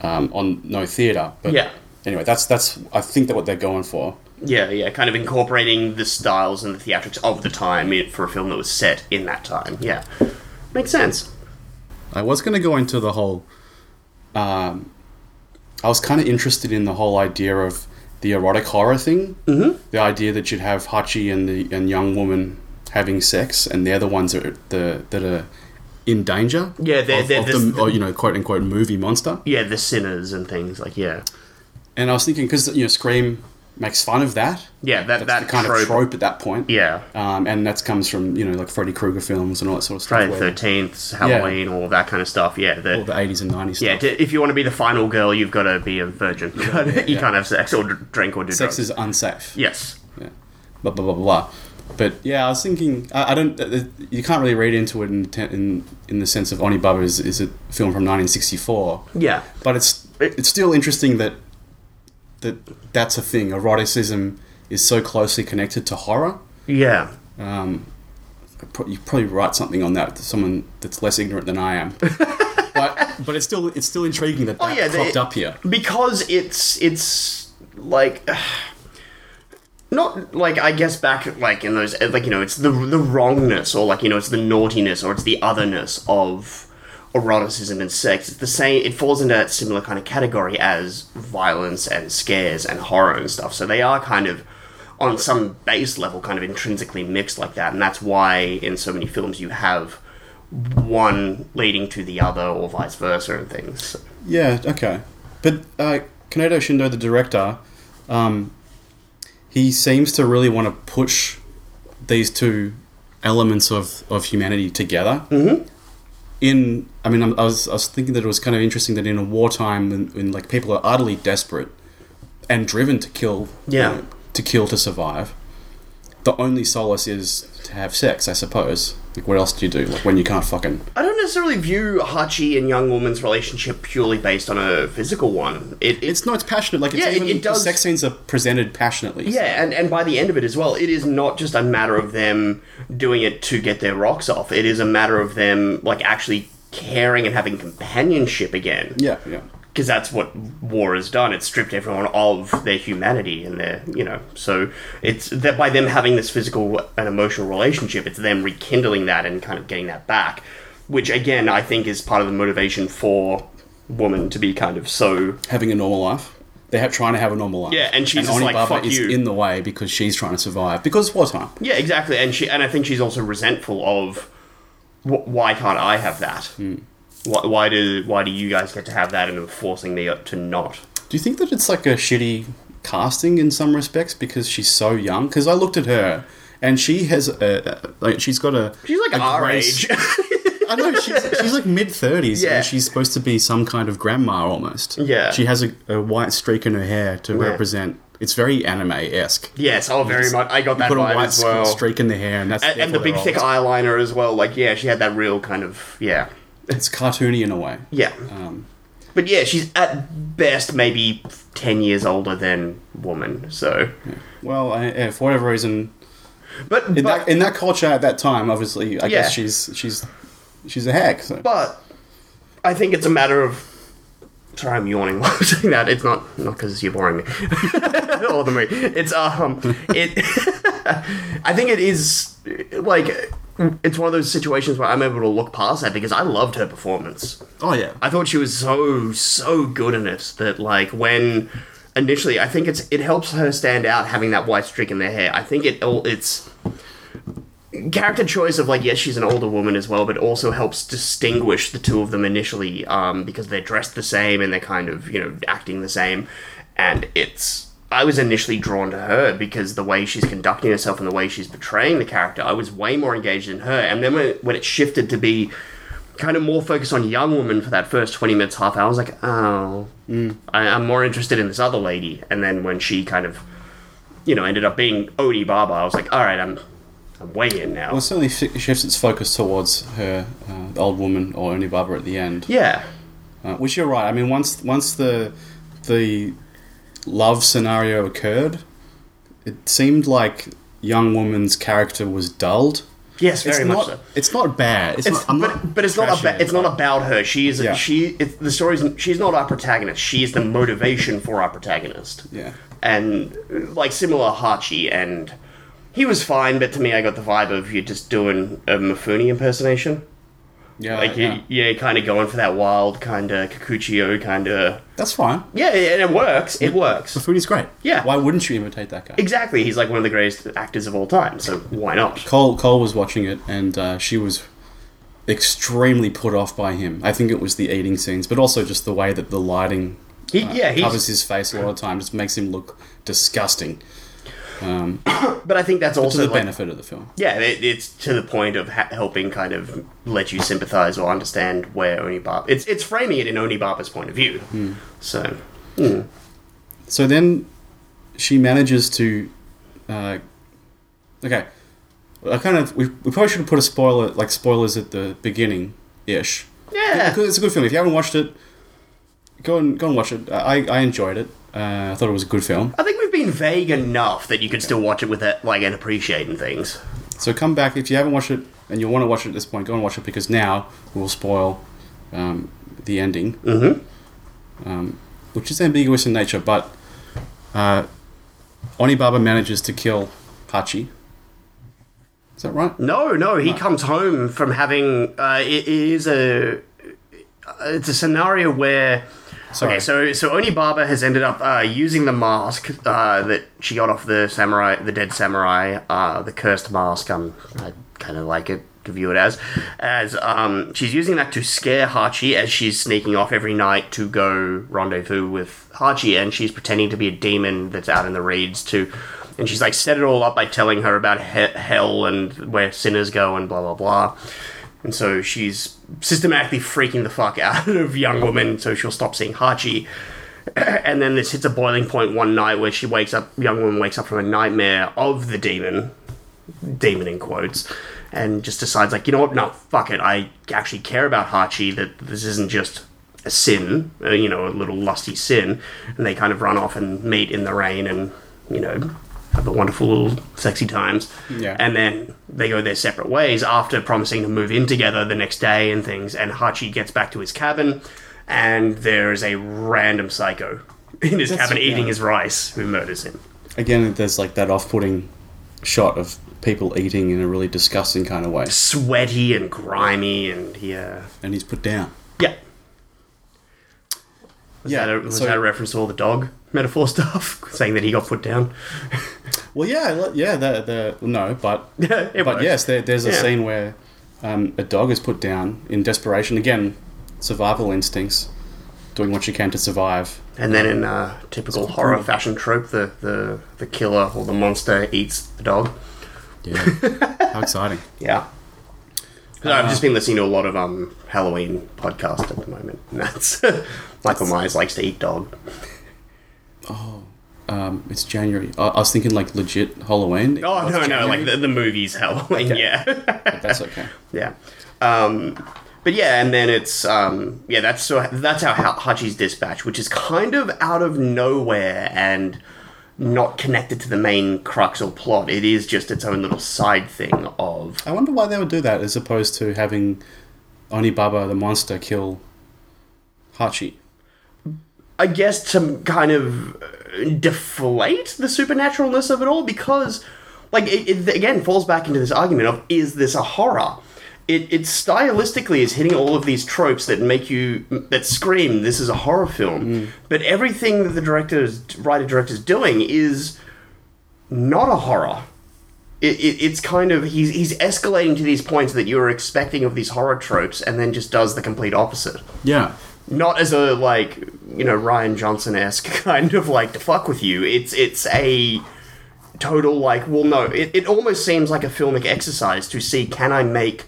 Speaker 2: um, on no theater but
Speaker 1: Yeah.
Speaker 2: anyway that's that's I think that what they're going for
Speaker 1: yeah, yeah. Kind of incorporating the styles and the theatrics of the time in- for a film that was set in that time. Yeah, makes sense.
Speaker 2: I was going to go into the whole. Um, I was kind of interested in the whole idea of the erotic horror thing. Mm-hmm. The idea that you'd have Hachi and the and young woman having sex, and they're the ones that are, the that are in danger.
Speaker 1: Yeah, they're-
Speaker 2: of,
Speaker 1: they're
Speaker 2: of
Speaker 1: this-
Speaker 2: the, or, you know, quote unquote movie monster.
Speaker 1: Yeah, the sinners and things like yeah,
Speaker 2: And I was thinking because you know Scream makes fun of that.
Speaker 1: Yeah, that
Speaker 2: That's
Speaker 1: that
Speaker 2: the kind
Speaker 1: trope.
Speaker 2: of trope at that point.
Speaker 1: Yeah,
Speaker 2: Um, and that comes from you know like Freddy Krueger films and all that sort of stuff.
Speaker 1: Friday the
Speaker 2: where-
Speaker 1: Thirteenth, Halloween, all of that kind of stuff. Yeah, the,
Speaker 2: all the eighties and nineties.
Speaker 1: yeah.
Speaker 2: stuff.
Speaker 1: d if you want to be the final girl, you've got to be a virgin. you
Speaker 2: yeah.
Speaker 1: can't have sex or dr- drink or do
Speaker 2: sex
Speaker 1: drugs.
Speaker 2: is unsafe.
Speaker 1: yes.
Speaker 2: yeah, blah blah blah blah. But yeah, I was thinking I, I don't. Uh, you can't really read into it in te- in, in the sense of Oni Baba is, is a film from 1964,
Speaker 1: Yeah.
Speaker 2: but it's it's still interesting that that that's a thing. Eroticism is so closely connected to horror.
Speaker 1: Yeah.
Speaker 2: Um, I pro- you probably write something on that to someone that's less ignorant than I am. but but it's still it's still intriguing that that
Speaker 1: yeah, they-
Speaker 2: cropped up here.
Speaker 1: because it's it's like not like I guess back like in those eh, like you know it's the the wrongness or like you know it's the naughtiness or it's the otherness of eroticism and sex. It's the same. It falls into that similar kind of category as violence and scares and horror and stuff. So they are kind of on some base level kind of intrinsically mixed like that, and that's why in so many films you have one leading to the other or vice versa and things. So-
Speaker 2: Yeah, okay. But uh, Kanedo Shindo, the director, um, he seems to really want to push these two elements of, of humanity together. Mm-hmm. In, I mean, I'm- I was, I was thinking that it was kind of interesting that in a wartime, when, when like people are utterly desperate and driven to kill, you
Speaker 1: Yeah.
Speaker 2: know, to kill to survive, the only solace is to have sex, I suppose. Like, what else do you do? Like, when you can't fucking
Speaker 1: I don't necessarily view Hachi and young woman's relationship purely based on a physical one. It, it's
Speaker 2: It's no, it's passionate. Like it's
Speaker 1: Yeah, it-
Speaker 2: even
Speaker 1: it does-
Speaker 2: the sex scenes are presented passionately.
Speaker 1: yeah, and, and by the end of it as well, it is not just a matter of them doing it to get their rocks off. It is a matter of them like actually caring and having companionship again.
Speaker 2: yeah, yeah.
Speaker 1: because that's what war has done. It's stripped everyone of their humanity and their, you know. So it's that by them having this physical and emotional relationship, it's them rekindling that and kind of getting that back, which again I think is part of the motivation for woman to be kind of so.
Speaker 2: Having a normal life. They have trying to have a normal life.
Speaker 1: Yeah, and she's just
Speaker 2: Oni
Speaker 1: like,
Speaker 2: Baba
Speaker 1: "Fuck
Speaker 2: is
Speaker 1: you."
Speaker 2: in the way because she's trying to survive because wartime.
Speaker 1: Yeah, exactly. And she and I think she's also resentful of wh- why can't I have that? Why, why do why do you guys get to have that and are forcing me to not?
Speaker 2: Do you think that it's like a shitty casting in some respects because she's so young? Because I looked at her and she has a a- like she's got a
Speaker 1: She's like
Speaker 2: a
Speaker 1: our
Speaker 2: grace-
Speaker 1: age.
Speaker 2: I know she's, she's like mid thirties
Speaker 1: Yeah.
Speaker 2: and she's supposed to be some kind of grandma almost.
Speaker 1: Yeah.
Speaker 2: she has a, a white streak in her hair to represent. It's very anime esque.
Speaker 1: yes, oh, very much. I got that
Speaker 2: put a
Speaker 1: vibe
Speaker 2: white
Speaker 1: as well.
Speaker 2: streak in the hair, and that's
Speaker 1: and, and the big
Speaker 2: therefore
Speaker 1: thick
Speaker 2: they're old.
Speaker 1: eyeliner as well. Like, yeah, she had that real kind of yeah,
Speaker 2: It's cartoony in a way.
Speaker 1: yeah.
Speaker 2: Um,
Speaker 1: But yeah, she's at best maybe ten years older than woman. So,
Speaker 2: well, I, yeah, for whatever reason,
Speaker 1: but
Speaker 2: in
Speaker 1: but,
Speaker 2: that in that culture at that time, obviously, I
Speaker 1: Yeah.
Speaker 2: guess she's she's she's a hack. So.
Speaker 1: but I think it's a matter of. Sorry, I'm yawning while I'm saying that. It's not not because you're boring me or the me. It's um, it. I think it is like it's one of those situations where I'm able to look past that because I loved her performance.
Speaker 2: oh yeah,
Speaker 1: I thought she was so so good in it that like when initially I think it's it helps her stand out having that white streak in their hair. I think it all it's character choice of like yes she's an older woman as well, but also helps distinguish the two of them initially um, because they're dressed the same and they're kind of you know acting the same, and it's. I was initially drawn to her because the way she's conducting herself and the way she's portraying the character, I was way more engaged in her. And then when it, when it shifted to be kind of more focused on young woman for that first 20 minutes half hour i was like oh I, i'm more interested in this other lady and then when she kind of you know ended up being odie baba i was like all right i'm i'm way in now
Speaker 2: well, it certainly fi- shifts its focus towards her uh, the old woman or only Barbara at the end.
Speaker 1: yeah
Speaker 2: Uh, which you're right. I mean, once once the the love scenario occurred, it seemed like young woman's character was dulled.
Speaker 1: yes very
Speaker 2: it's
Speaker 1: much
Speaker 2: not,
Speaker 1: so
Speaker 2: It's not bad. It's, not, I'm
Speaker 1: but,
Speaker 2: not
Speaker 1: but it's not
Speaker 2: trashing
Speaker 1: about
Speaker 2: it,
Speaker 1: it's not about her. She is
Speaker 2: Yeah.
Speaker 1: she it's the story's she's not our protagonist. She is the motivation for our protagonist.
Speaker 2: Yeah.
Speaker 1: and uh, like similar Hachi and he was fine, but to me I got the vibe of you're just doing a Mifune impersonation.
Speaker 2: yeah,
Speaker 1: Like
Speaker 2: yeah.
Speaker 1: yeah, yeah kind of going for that wild kind of Kikuchiyo kind of
Speaker 2: That's fine.
Speaker 1: yeah, and it works. It works.
Speaker 2: Food is great.
Speaker 1: Yeah.
Speaker 2: Why wouldn't you imitate that guy?
Speaker 1: Exactly. He's like one of the greatest actors of all time. So why not?
Speaker 2: Cole Cole was watching it, and uh, she was extremely put off by him. I think it was the eating scenes, but also just the way that the lighting uh,
Speaker 1: He, yeah,
Speaker 2: covers
Speaker 1: he's,
Speaker 2: his face a lot of times, just makes him look disgusting. Um,
Speaker 1: but I think that's
Speaker 2: to
Speaker 1: also
Speaker 2: the
Speaker 1: like,
Speaker 2: benefit of the film.
Speaker 1: yeah, it, it's to the point of ha- helping kind of let you sympathize or understand where Onibaba. It's it's framing it in Onibaba's point of view.
Speaker 2: Hmm.
Speaker 1: So
Speaker 2: So then she manages to. Uh, okay. I kind of. We, we probably should have put a spoiler, like spoilers at the beginning ish.
Speaker 1: yeah,
Speaker 2: It's a good film. If you haven't watched it, go and go and watch it. Uh, I, I enjoyed it. Uh, I thought it was a good film.
Speaker 1: I think we've been vague enough that you could still watch it with that like and appreciating things.
Speaker 2: So come back if you haven't watched it and you want to watch it at this point. Go and watch it because now we will spoil um, the ending, mm-hmm. um, which is ambiguous in nature. But uh, Onibaba manages to kill Hachi. Is that right?
Speaker 1: No, no, he comes home from having. Uh, it, it is a. uh, It's a scenario where.
Speaker 2: Sorry.
Speaker 1: Okay, so so Onibaba has ended up uh, using the mask uh, that she got off the samurai, the dead samurai, uh, the cursed mask. Um, I kind of like it to view it as, as um, she's using that to scare Hachi as she's sneaking off every night to go rendezvous with Hachi, and she's pretending to be a demon that's out in the reeds to, and she's like set it all up by telling her about he- hell and where sinners go and blah blah blah. And so she's systematically freaking the fuck out of young woman so she'll stop seeing Hachi. and then this hits a boiling point one night where she wakes up, young woman wakes up from a nightmare of the demon, demon in quotes, and just decides, like, you know what, no, fuck it. I actually care about Hachi, that this isn't just a sin, uh, you know, a little lusty sin. And they kind of run off and meet in the rain and, you know, have a wonderful little sexy times.
Speaker 2: Yeah.
Speaker 1: And then they go their separate ways after promising to move in together the next day and things. And Hachi gets back to his cabin, and there is a random psycho in his
Speaker 2: That's-
Speaker 1: cabin eating
Speaker 2: yeah.
Speaker 1: his rice who murders him.
Speaker 2: Again, there's like that off-putting shot of people eating in a really disgusting kind of way,
Speaker 1: Sweaty and grimy, and yeah.
Speaker 2: and he's put down.
Speaker 1: Yeah. Was,
Speaker 2: Yeah,
Speaker 1: that, a, was
Speaker 2: so-
Speaker 1: that a reference to all the dog metaphor stuff? Saying that he got put down?
Speaker 2: Well, yeah, li- yeah, the, the no, but
Speaker 1: It
Speaker 2: but
Speaker 1: works.
Speaker 2: yes, there, there's a
Speaker 1: Yeah.
Speaker 2: scene where um, a dog is put down in desperation. Again, survival instincts, doing what you can to survive.
Speaker 1: And then in uh, typical horror fashion trope, the, the, the killer or the monster eats the dog.
Speaker 2: Yeah, how exciting!
Speaker 1: Yeah. Uh, So I've just been listening to a lot of um, Halloween podcasts at the moment. And that's Michael Myers likes to eat dog.
Speaker 2: Um, it's January. I, I was thinking like legit Halloween.
Speaker 1: Oh no,
Speaker 2: It's
Speaker 1: no,
Speaker 2: January,
Speaker 1: like the, the movie's Halloween. Yeah,
Speaker 2: but that's okay.
Speaker 1: yeah. Um, but yeah, and then it's um, yeah. That's so. That's how Ha- Hachi's dispatch, which is kind of out of nowhere and not connected to the main crux or plot. It is just its own little side thing of
Speaker 2: I wonder why they would do that as opposed to having Onibaba the monster kill Hachi.
Speaker 1: I guess to kind of uh, deflate the supernaturalness of it all because, like, it, it again falls back into this argument of is this a horror? It, it stylistically is hitting all of these tropes that make you that scream this is a horror film, but everything that the director, writer director, is doing is not a horror it, it, it's kind of he's he's escalating to these points that you were expecting of these horror tropes, and then just does the complete opposite
Speaker 2: Yeah,
Speaker 1: not as a like you know Ryan Johnson esque kind of like to fuck with you. It's it's a total like well no. It, it almost seems like a filmic exercise to see can I make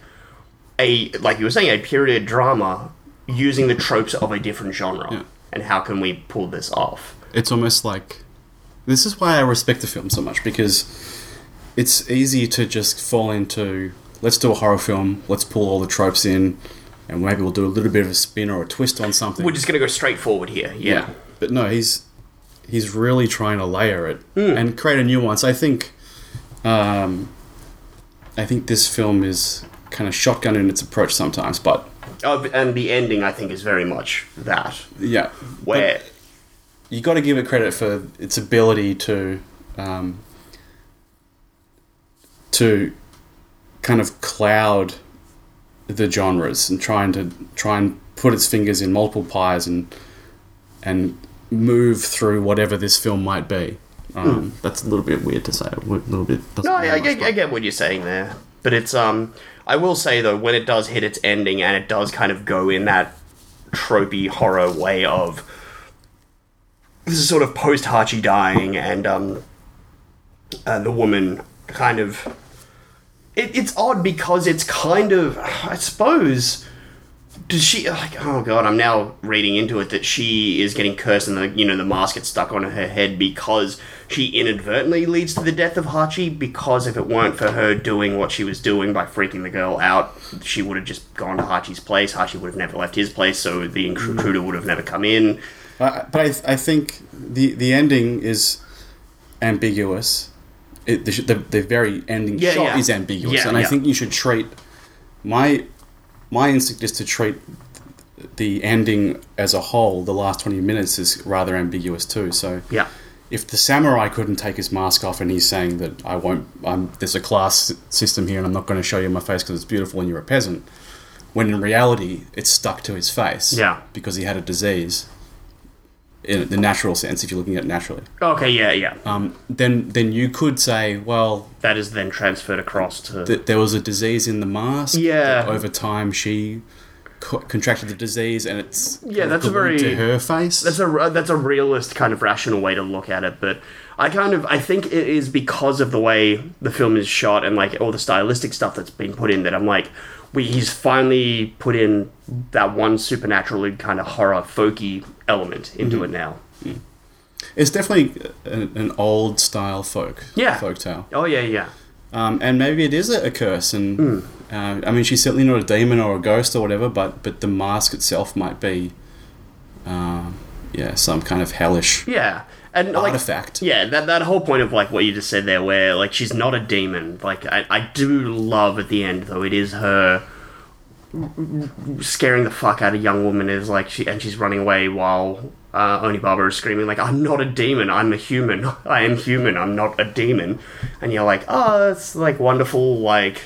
Speaker 1: a like you were saying a period drama using the tropes of a different genre
Speaker 2: Yeah.
Speaker 1: and how can we pull this off?
Speaker 2: it's almost like this is why I respect the film so much because it's easy to just fall into let's do a horror film, let's pull all the tropes in, and maybe we'll do a little bit of a spin or a twist on something.
Speaker 1: We're just gonna go straight forward here. Yeah.
Speaker 2: but no, he's he's really trying to layer it
Speaker 1: Hmm.
Speaker 2: and create a nuance. I think, um, I think this film is kind of shotgun in its approach sometimes, but
Speaker 1: Of and the ending I think is very much that
Speaker 2: yeah,
Speaker 1: where
Speaker 2: you got to give it credit for its ability to um, to kind of cloud the genres and trying to try and put its fingers in multiple pies and and move through whatever this film might be. Um, That's a little bit weird to say. A little bit. doesn't
Speaker 1: Hmm. No, I, I,
Speaker 2: matter much,
Speaker 1: get- I get what you're saying there, but it's um, I will say though, when it does hit its ending and it does kind of go in that tropey horror way of this is sort of post Hachi dying and um, uh, the woman kind of. It, it's odd because it's kind of. I suppose. Does she like? Oh god, I'm now reading into it that she is getting cursed and the you know the mask gets stuck on her head because she inadvertently leads to the death of Hachi. Because if it weren't for her doing what she was doing by freaking the girl out, she would have just gone to Hachi's place. Hachi would have never left his place, so the intruder would have never come in.
Speaker 2: Uh, but I, I think the the ending is ambiguous. It, the, sh- the, the very ending
Speaker 1: Yeah,
Speaker 2: shot
Speaker 1: yeah.
Speaker 2: is ambiguous,
Speaker 1: Yeah,
Speaker 2: and I
Speaker 1: yeah.
Speaker 2: think you should treat my my instinct is to treat the ending as a whole. The last twenty minutes is rather ambiguous too. So
Speaker 1: Yeah.
Speaker 2: if the samurai couldn't take his mask off and he's saying that I won't, I'm, there's a class system here and I'm not going to show you my face because it's beautiful and you're a peasant, when in reality it's stuck to his face.
Speaker 1: Yeah.
Speaker 2: Because he had a disease in the natural sense, if you're looking at it naturally.
Speaker 1: Okay. Yeah. Yeah.
Speaker 2: Um, then, then you could say, well,
Speaker 1: that is then transferred across to.
Speaker 2: that there was a disease in the mask.
Speaker 1: Yeah.
Speaker 2: that over time she co- contracted the disease and it's
Speaker 1: Yeah,
Speaker 2: kind of
Speaker 1: that's a very-
Speaker 2: glued to her face.
Speaker 1: that's a that's a realist kind of rational way to look at it, but I kind of I think it is because of the way the film is shot and like all the stylistic stuff that's been put in that I'm like, we he's finally put in that one supernatural kind of horror folky element into it now.
Speaker 2: it's definitely an, an old style folk
Speaker 1: Yeah.
Speaker 2: folk tale.
Speaker 1: Oh yeah, yeah.
Speaker 2: um, and maybe it is a, a curse. And
Speaker 1: Hmm.
Speaker 2: uh, I mean, she's certainly not a demon or a ghost or whatever, but but the mask itself might be, uh, yeah, some kind of hellish
Speaker 1: Yeah. And like
Speaker 2: artifact.
Speaker 1: Yeah, that that whole point of like what you just said there, where like she's not a demon. Like I, I do love at the end though. It is her scaring the fuck out of young woman is like she and she's running away while uh, Oni Barbara is screaming like I'm not a demon. I'm a human. I am human. I'm not a demon. And you're like, oh, it's like wonderful. Like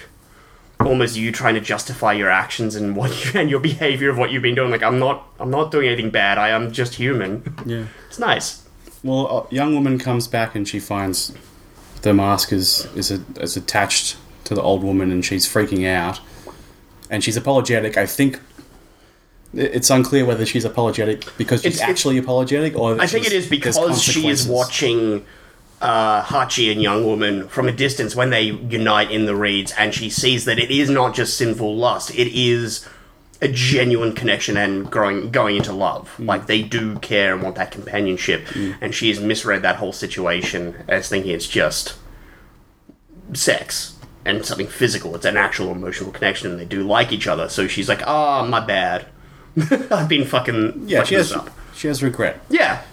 Speaker 1: almost you trying to justify your actions and what you, and your behavior of what you've been doing. Like I'm not. I'm not doing anything bad. I am just human.
Speaker 2: Yeah.
Speaker 1: It's nice.
Speaker 2: Well, a young woman comes back and she finds the mask is is, a, is attached to the old woman, and she's freaking out, and she's apologetic. I think. it- It's unclear whether she's apologetic because she's
Speaker 1: It's- it's-
Speaker 2: actually apologetic, or that
Speaker 1: I think it
Speaker 2: she's-
Speaker 1: is
Speaker 2: there's
Speaker 1: because she is
Speaker 2: consequences.
Speaker 1: watching uh, Hachi and young woman from a distance when they unite in the reeds, and she sees that it is not just sinful lust; it is a genuine connection and growing going into love.
Speaker 2: Mm.
Speaker 1: Like they do care and want that companionship, and she has misread that whole situation as thinking it's just sex and something physical. It's an actual emotional connection, and they do like each other. So she's like, "Ah, my bad. I've been fucking
Speaker 2: Yeah,
Speaker 1: fucking
Speaker 2: she
Speaker 1: this
Speaker 2: has
Speaker 1: up."
Speaker 2: she has regret.
Speaker 1: Yeah,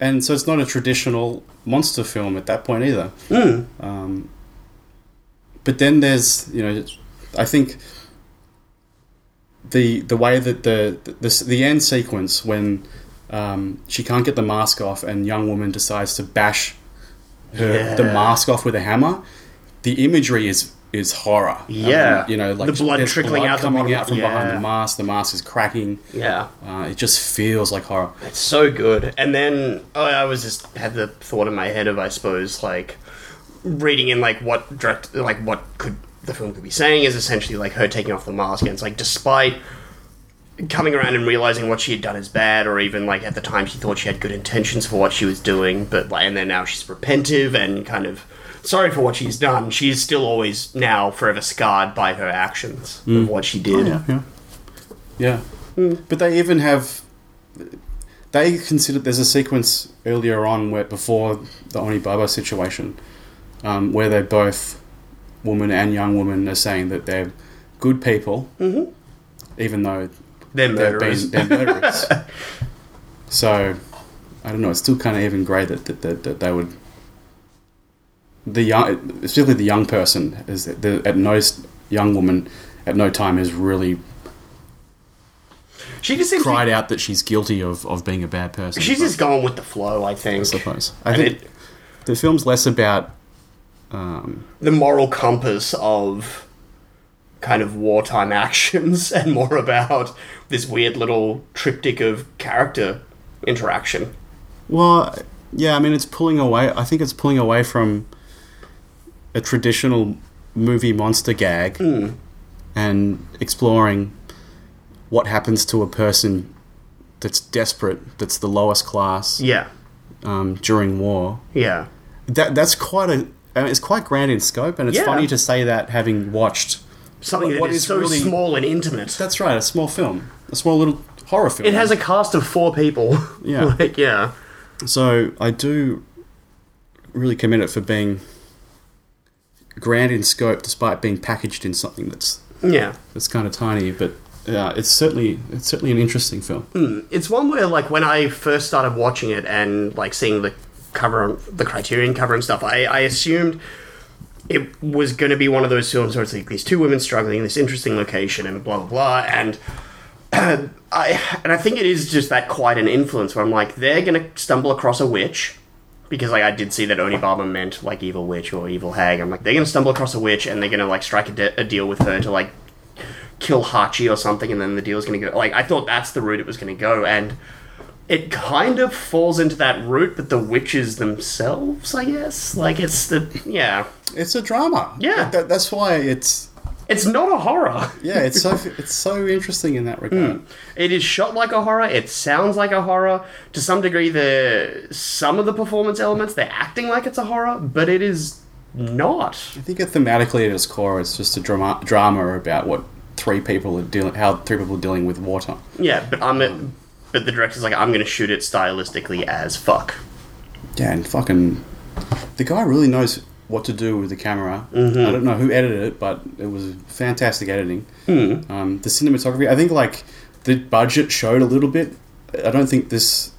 Speaker 2: and so it's not a traditional monster film at that point either. Um,
Speaker 1: Hmm.
Speaker 2: but then there's you know, I think the the way that the the, the, end sequence when um, she can't get the mask off and young woman decides to bash her the
Speaker 1: Yeah.
Speaker 2: mask off with a hammer, the imagery is is horror. I mean,
Speaker 1: Yeah.
Speaker 2: you know, like
Speaker 1: The blood
Speaker 2: there's
Speaker 1: trickling out the
Speaker 2: coming
Speaker 1: bottom-
Speaker 2: out from behind
Speaker 1: yeah.
Speaker 2: the mask. The mask is cracking.
Speaker 1: yeah.
Speaker 2: Uh, it just feels like horror.
Speaker 1: It's so good. And then oh, I was just had the thought in my head of I suppose like reading in like what direct like what could the film could be saying is essentially like her taking off the mask and it's like despite coming around and realizing what she had done is bad or even like at the time she thought she had good intentions for what she was doing but like and then now she's repentive and kind of sorry for what she's done she's still always now forever scarred by her actions of what she did
Speaker 2: Oh, yeah. Yeah. But they even have. They consider there's a sequence earlier on where before the Oni Baba situation, um, where they both, woman and young woman, are saying that they're good people, mm-hmm. even though
Speaker 1: they're
Speaker 2: they've
Speaker 1: murderers
Speaker 2: been they're murderers. so, I don't know. It's still kind of even grey that, that, that, that they would. The young, especially the young person, is that the, at no s- young woman, at no time has really
Speaker 1: she just seems to be-
Speaker 2: cried out that she's guilty of, of being a bad person.
Speaker 1: she's
Speaker 2: but
Speaker 1: just going with the flow i think
Speaker 2: I suppose. I
Speaker 1: And
Speaker 2: think
Speaker 1: it-
Speaker 2: the film's less about.
Speaker 1: the moral compass of kind of wartime actions and more about this weird little triptych of character interaction.
Speaker 2: Well, yeah, I mean, it's pulling away. I think it's pulling away from a traditional movie monster gag
Speaker 1: Hmm.
Speaker 2: and exploring what happens to a person that's desperate, that's the lowest class
Speaker 1: Yeah. Hmm.
Speaker 2: um, during war.
Speaker 1: Yeah.
Speaker 2: That that's quite a I mean, it's quite grand in scope, and it's
Speaker 1: Yeah.
Speaker 2: funny to say that having watched
Speaker 1: Something that
Speaker 2: What
Speaker 1: is
Speaker 2: is
Speaker 1: so
Speaker 2: really-
Speaker 1: small and intimate.
Speaker 2: that's right a small film, a small little horror film.
Speaker 1: It has a cast of four people.
Speaker 2: Yeah.
Speaker 1: like, yeah.
Speaker 2: So I do really commend it for being grand in scope, despite being packaged in something that's
Speaker 1: Yeah.
Speaker 2: that's kind of tiny. But yeah, it's certainly it's certainly an interesting film.
Speaker 1: It's one where, like, when I first started watching it and, like, seeing the cover, the Criterion cover and stuff, I, I assumed it was going to be one of those films where it's like these two women struggling in this interesting location and blah, blah, blah. And. I, and I think it is just that quite an influence where I'm like, they're gonna stumble across a witch, because like I did see that Oni Barber meant like evil witch or evil hag. I'm like, they're gonna stumble across a witch and they're gonna like strike a, de- a deal with her to like kill Hachi or something, and then the deal's gonna go. Like I thought that's the route it was gonna go, and it kind of falls into that route, but the witches themselves, I guess, like it's the yeah,
Speaker 2: It's a drama.
Speaker 1: Yeah.
Speaker 2: That- that's why it's
Speaker 1: it's not a horror.
Speaker 2: yeah it's so it's so interesting in that regard.
Speaker 1: It is shot like a horror. It sounds like a horror. To some degree, the some of the performance elements they're acting like it's a horror, but it is not.
Speaker 2: I think it thematically at its core, it's just a drama drama about what three people are dealing how three people are dealing with water.
Speaker 1: Yeah, but I'm. but the director's like, I'm going to shoot it stylistically as fuck.
Speaker 2: Yeah, and fucking the guy really knows what to do with the camera.
Speaker 1: Mm-hmm.
Speaker 2: I don't know who edited it, but it was fantastic editing.
Speaker 1: Hmm.
Speaker 2: Um, the cinematography, I think, like the budget showed a little bit. I don't think this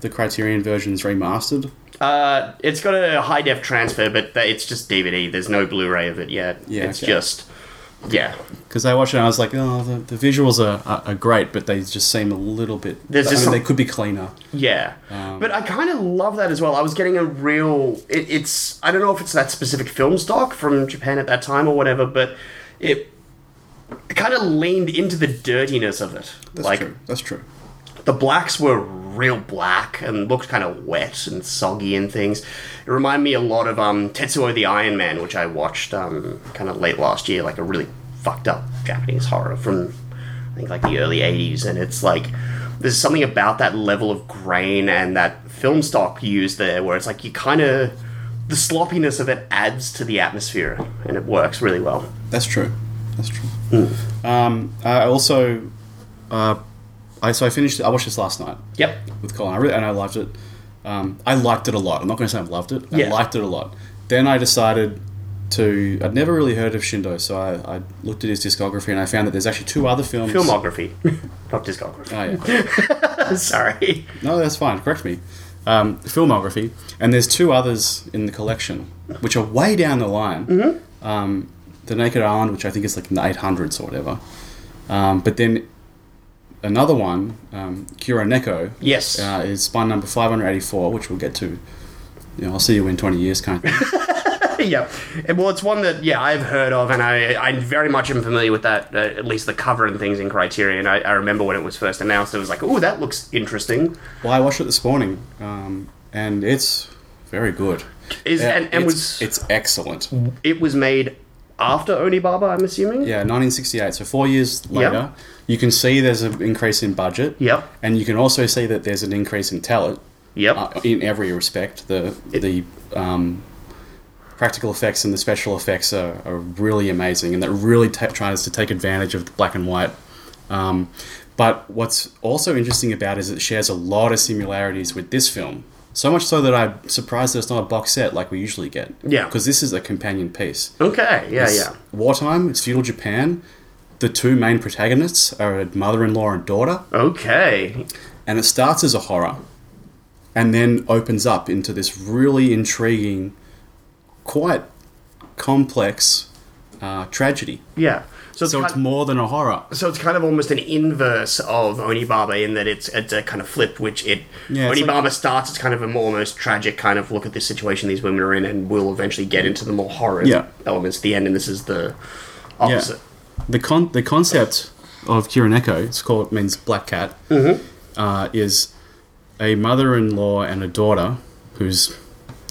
Speaker 2: the Criterion version's remastered.
Speaker 1: Uh, it's got a high def transfer, but th- it's just DVD. There's no Blu-ray of it yet.
Speaker 2: Yeah,
Speaker 1: it's
Speaker 2: okay.
Speaker 1: just yeah.
Speaker 2: Because I watched it and I was like, oh, the, the visuals are, are, are great, but they just seem a little bit.
Speaker 1: There's
Speaker 2: I
Speaker 1: just
Speaker 2: mean,
Speaker 1: some-
Speaker 2: they could be cleaner.
Speaker 1: Yeah,
Speaker 2: Um,
Speaker 1: but I kind of love that as well. I was getting a real. It, it's I don't know if it's that specific film stock from Japan at that time or whatever, but it kind of leaned into the dirtiness of it.
Speaker 2: That's
Speaker 1: like
Speaker 2: true. That's true.
Speaker 1: the blacks were real black and looked kind of wet and soggy and things. It reminded me a lot of um, Tetsuo the Iron Man, which I watched um, kind of late last year, like a really fucked up Japanese horror from I think like the early '80s, and it's like there's something about that level of grain and that film stock used there, where it's like you kind of the sloppiness of it adds to the atmosphere, and it works really well.
Speaker 2: That's true. That's true.
Speaker 1: Hmm.
Speaker 2: Um, I also, uh, I so I finished. I watched this last night.
Speaker 1: Yep.
Speaker 2: with Colin. I really, and I loved it. Um, I liked it a lot. I'm not going to say I loved it. I
Speaker 1: Yeah.
Speaker 2: liked it a lot. Then I decided to. I'd never really heard of Shindo, so I, I looked at his discography and I found that there's actually two other films.
Speaker 1: Filmography, not discography.
Speaker 2: Oh, yeah.
Speaker 1: Uh, Sorry.
Speaker 2: No, that's fine. Correct me. Um, filmography, and there's two others in the collection, which are way down the line.
Speaker 1: Mm-hmm.
Speaker 2: Um, the Naked Island, which I think is like in the 800s or whatever. Um, but then another one, um, Kira Neko,
Speaker 1: Yes.
Speaker 2: uh, is spine number 584, which we'll get to. You know, I'll see you in 20 years, kind of thing.
Speaker 1: yeah. And, Well, it's one that yeah I've heard of, and I I very much am familiar with that. Uh, at least the cover and things in Criterion. I, I remember when it was first announced, it was like, oh, that looks interesting.
Speaker 2: well, I watched it this morning, um, and it's very good.
Speaker 1: Is
Speaker 2: Yeah,
Speaker 1: and, and
Speaker 2: it's,
Speaker 1: was
Speaker 2: it's excellent.
Speaker 1: it was made after Onibaba, I'm assuming.
Speaker 2: Yeah, 1968. So four years later, you can see there's an increase in budget.
Speaker 1: Yep.
Speaker 2: And you can also see that there's an increase in talent
Speaker 1: Yep.
Speaker 2: uh, in every respect. The the um, practical effects and the special effects are, are really amazing, and that really ta tries to take advantage of the black and white. Um, but what's also interesting about it is it shares a lot of similarities with this film. So much so that I'm surprised that it's not a box set like we usually get.
Speaker 1: Yeah.
Speaker 2: Because this is a companion piece.
Speaker 1: okay. Yeah.
Speaker 2: It's
Speaker 1: Yeah.
Speaker 2: Wartime, it's feudal Japan. The two main protagonists are a mother in law and daughter,
Speaker 1: Okay.
Speaker 2: and it starts as a horror and then opens up into this really intriguing, quite complex uh, tragedy.
Speaker 1: Yeah. So it's,
Speaker 2: So it's
Speaker 1: kind,
Speaker 2: more than a horror.
Speaker 1: so it's kind of almost an inverse of Onibaba in that it's it's a kind of flip, which it
Speaker 2: Yeah, it's
Speaker 1: Onibaba starts as kind of a more almost tragic kind of look at this situation these women are in, and will eventually get into the more horror
Speaker 2: Yeah.
Speaker 1: elements at the end, and this is the
Speaker 2: Yeah.
Speaker 1: opposite.
Speaker 2: The con- the concept of Kirineko, it's called it means black cat, uh, is a mother-in-law and a daughter who's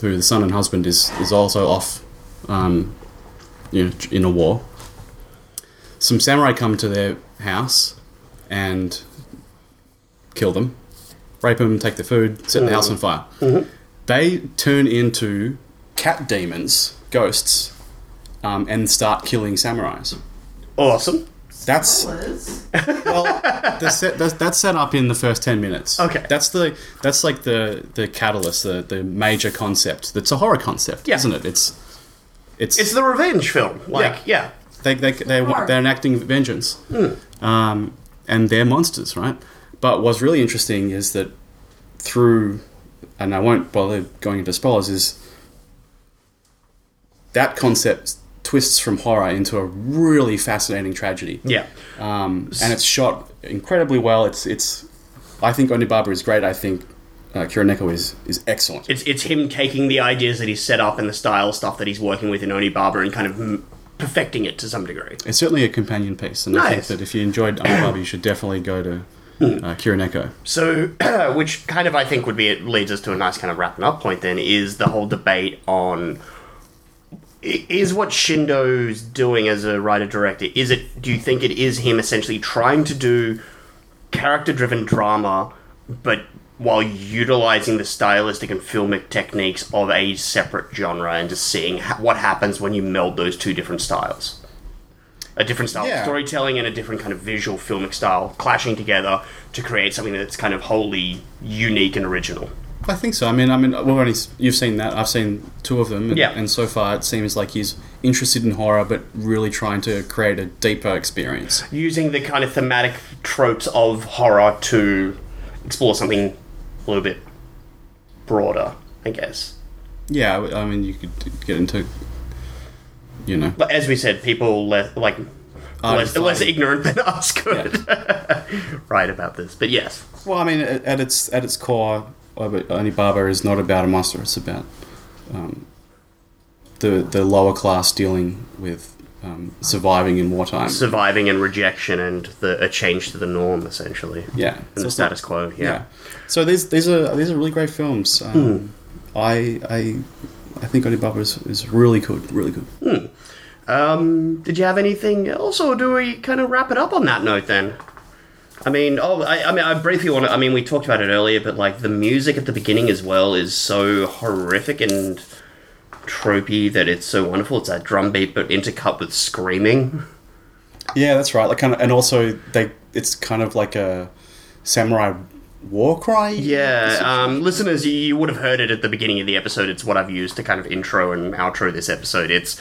Speaker 2: who the son and husband is is also off, um, you know, in a war. Some samurai come to their house, and kill them, rape them, take their food, set the house on fire. They turn into cat demons, ghosts, um, and start killing samurais.
Speaker 1: Awesome.
Speaker 2: That's
Speaker 3: Was.
Speaker 2: well, that's set, that's, that's set up in the first ten minutes.
Speaker 1: Okay.
Speaker 2: that's the that's like the the catalyst, the the major concept. That's a horror concept,
Speaker 1: Yeah.
Speaker 2: isn't it? It's it's,
Speaker 1: It's the revenge film. Like, yeah.
Speaker 2: they they they
Speaker 3: Horror.
Speaker 2: they're enacting vengeance,
Speaker 1: Hmm.
Speaker 2: um, and they're monsters, right? But what's really interesting is that through, and I won't bother going into spoilers, is that concept twists from horror into a really fascinating tragedy
Speaker 1: Yeah.
Speaker 2: um, and it's shot incredibly well. It's it's. I think Onibaba is great. I think uh, Kirineko is is excellent.
Speaker 1: It's, it's him taking the ideas that he's set up and the style stuff that he's working with in Onibaba and kind of mm, perfecting it to some degree.
Speaker 2: It's certainly a companion piece, and I think
Speaker 1: Nice.
Speaker 2: that if you enjoyed Onibaba, you should definitely go to uh, Kirineko.
Speaker 1: So, which kind of I think would be it leads us to a nice kind of wrapping up point. Then is the whole debate on i- is what Shindo's doing as a writer director. Is it? Do you think it is him essentially trying to do character driven drama, but while utilizing the stylistic and filmic techniques of a separate genre, and just seeing ha- what happens when you meld those two different styles? a different style
Speaker 2: Yeah.
Speaker 1: of storytelling and a different kind of visual filmic style clashing together to create something that's kind of wholly unique and original.
Speaker 2: I think so. I mean, I mean, we've only s- you've seen that. I've seen two of them, and,
Speaker 1: Yeah.
Speaker 2: and so far it seems like he's interested in horror, but really trying to create a deeper experience.
Speaker 1: Using the kind of thematic tropes of horror to explore something a little bit broader, I guess.
Speaker 2: Yeah, I I mean, you could get into, you know,
Speaker 1: But as we said, people le- like less,
Speaker 2: fine.
Speaker 1: less ignorant than us could write about this. But yes,
Speaker 2: Well, I mean, at at its at its core, Onibaba is not about a monster. It's about um, the the lower class dealing with um, surviving in wartime.
Speaker 1: surviving and rejection and the, a change to the norm, essentially.
Speaker 2: yeah,
Speaker 1: And
Speaker 2: So
Speaker 1: the
Speaker 2: it's not-
Speaker 1: status quo, yeah. Hmm.
Speaker 2: yeah. So these these are these are really great films. Um, I I I think Onibaba is, is really good, really good.
Speaker 1: Um, did you have anything else, or do we kind of wrap it up on that note then? I mean, oh, I, I mean, I briefly want to. I mean, we talked about it earlier, but like the music at the beginning as well is so horrific and tropey that it's so wonderful. It's that drum beat, but intercut with screaming.
Speaker 2: Yeah, that's right. Like kind of, and also they it's kind of like a samurai war cry.
Speaker 1: Yeah, um, listeners, you, you would have heard it at the beginning of the episode. It's what I've used to kind of intro and outro this episode. It's,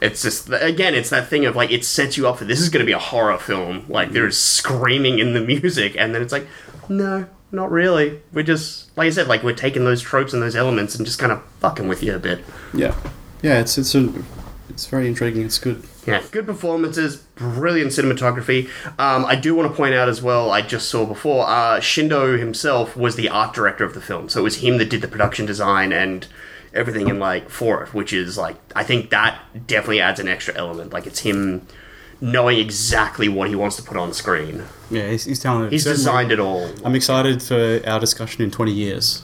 Speaker 1: it's just again, it's that thing of like it sets you up for this is going to be a horror film. Like there is screaming in the music, and then it's like, no, not really. We're just like I said, like we're taking those tropes and those elements and just kind of fucking with you a bit.
Speaker 2: yeah, yeah. It's it's a it's very intriguing. It's good.
Speaker 1: Yeah, good performances, brilliant cinematography. Um, I do want to point out as well, I just saw before, uh, Shindo himself was the art director of the film. So it was him that did the production design and everything in like for it, which is like, I think that definitely adds an extra element. Like it's him knowing exactly what he wants to put on screen.
Speaker 2: Yeah, he's, he's talented.
Speaker 1: He's
Speaker 2: Certainly.
Speaker 1: designed it all.
Speaker 2: I'm excited for our discussion in 20 years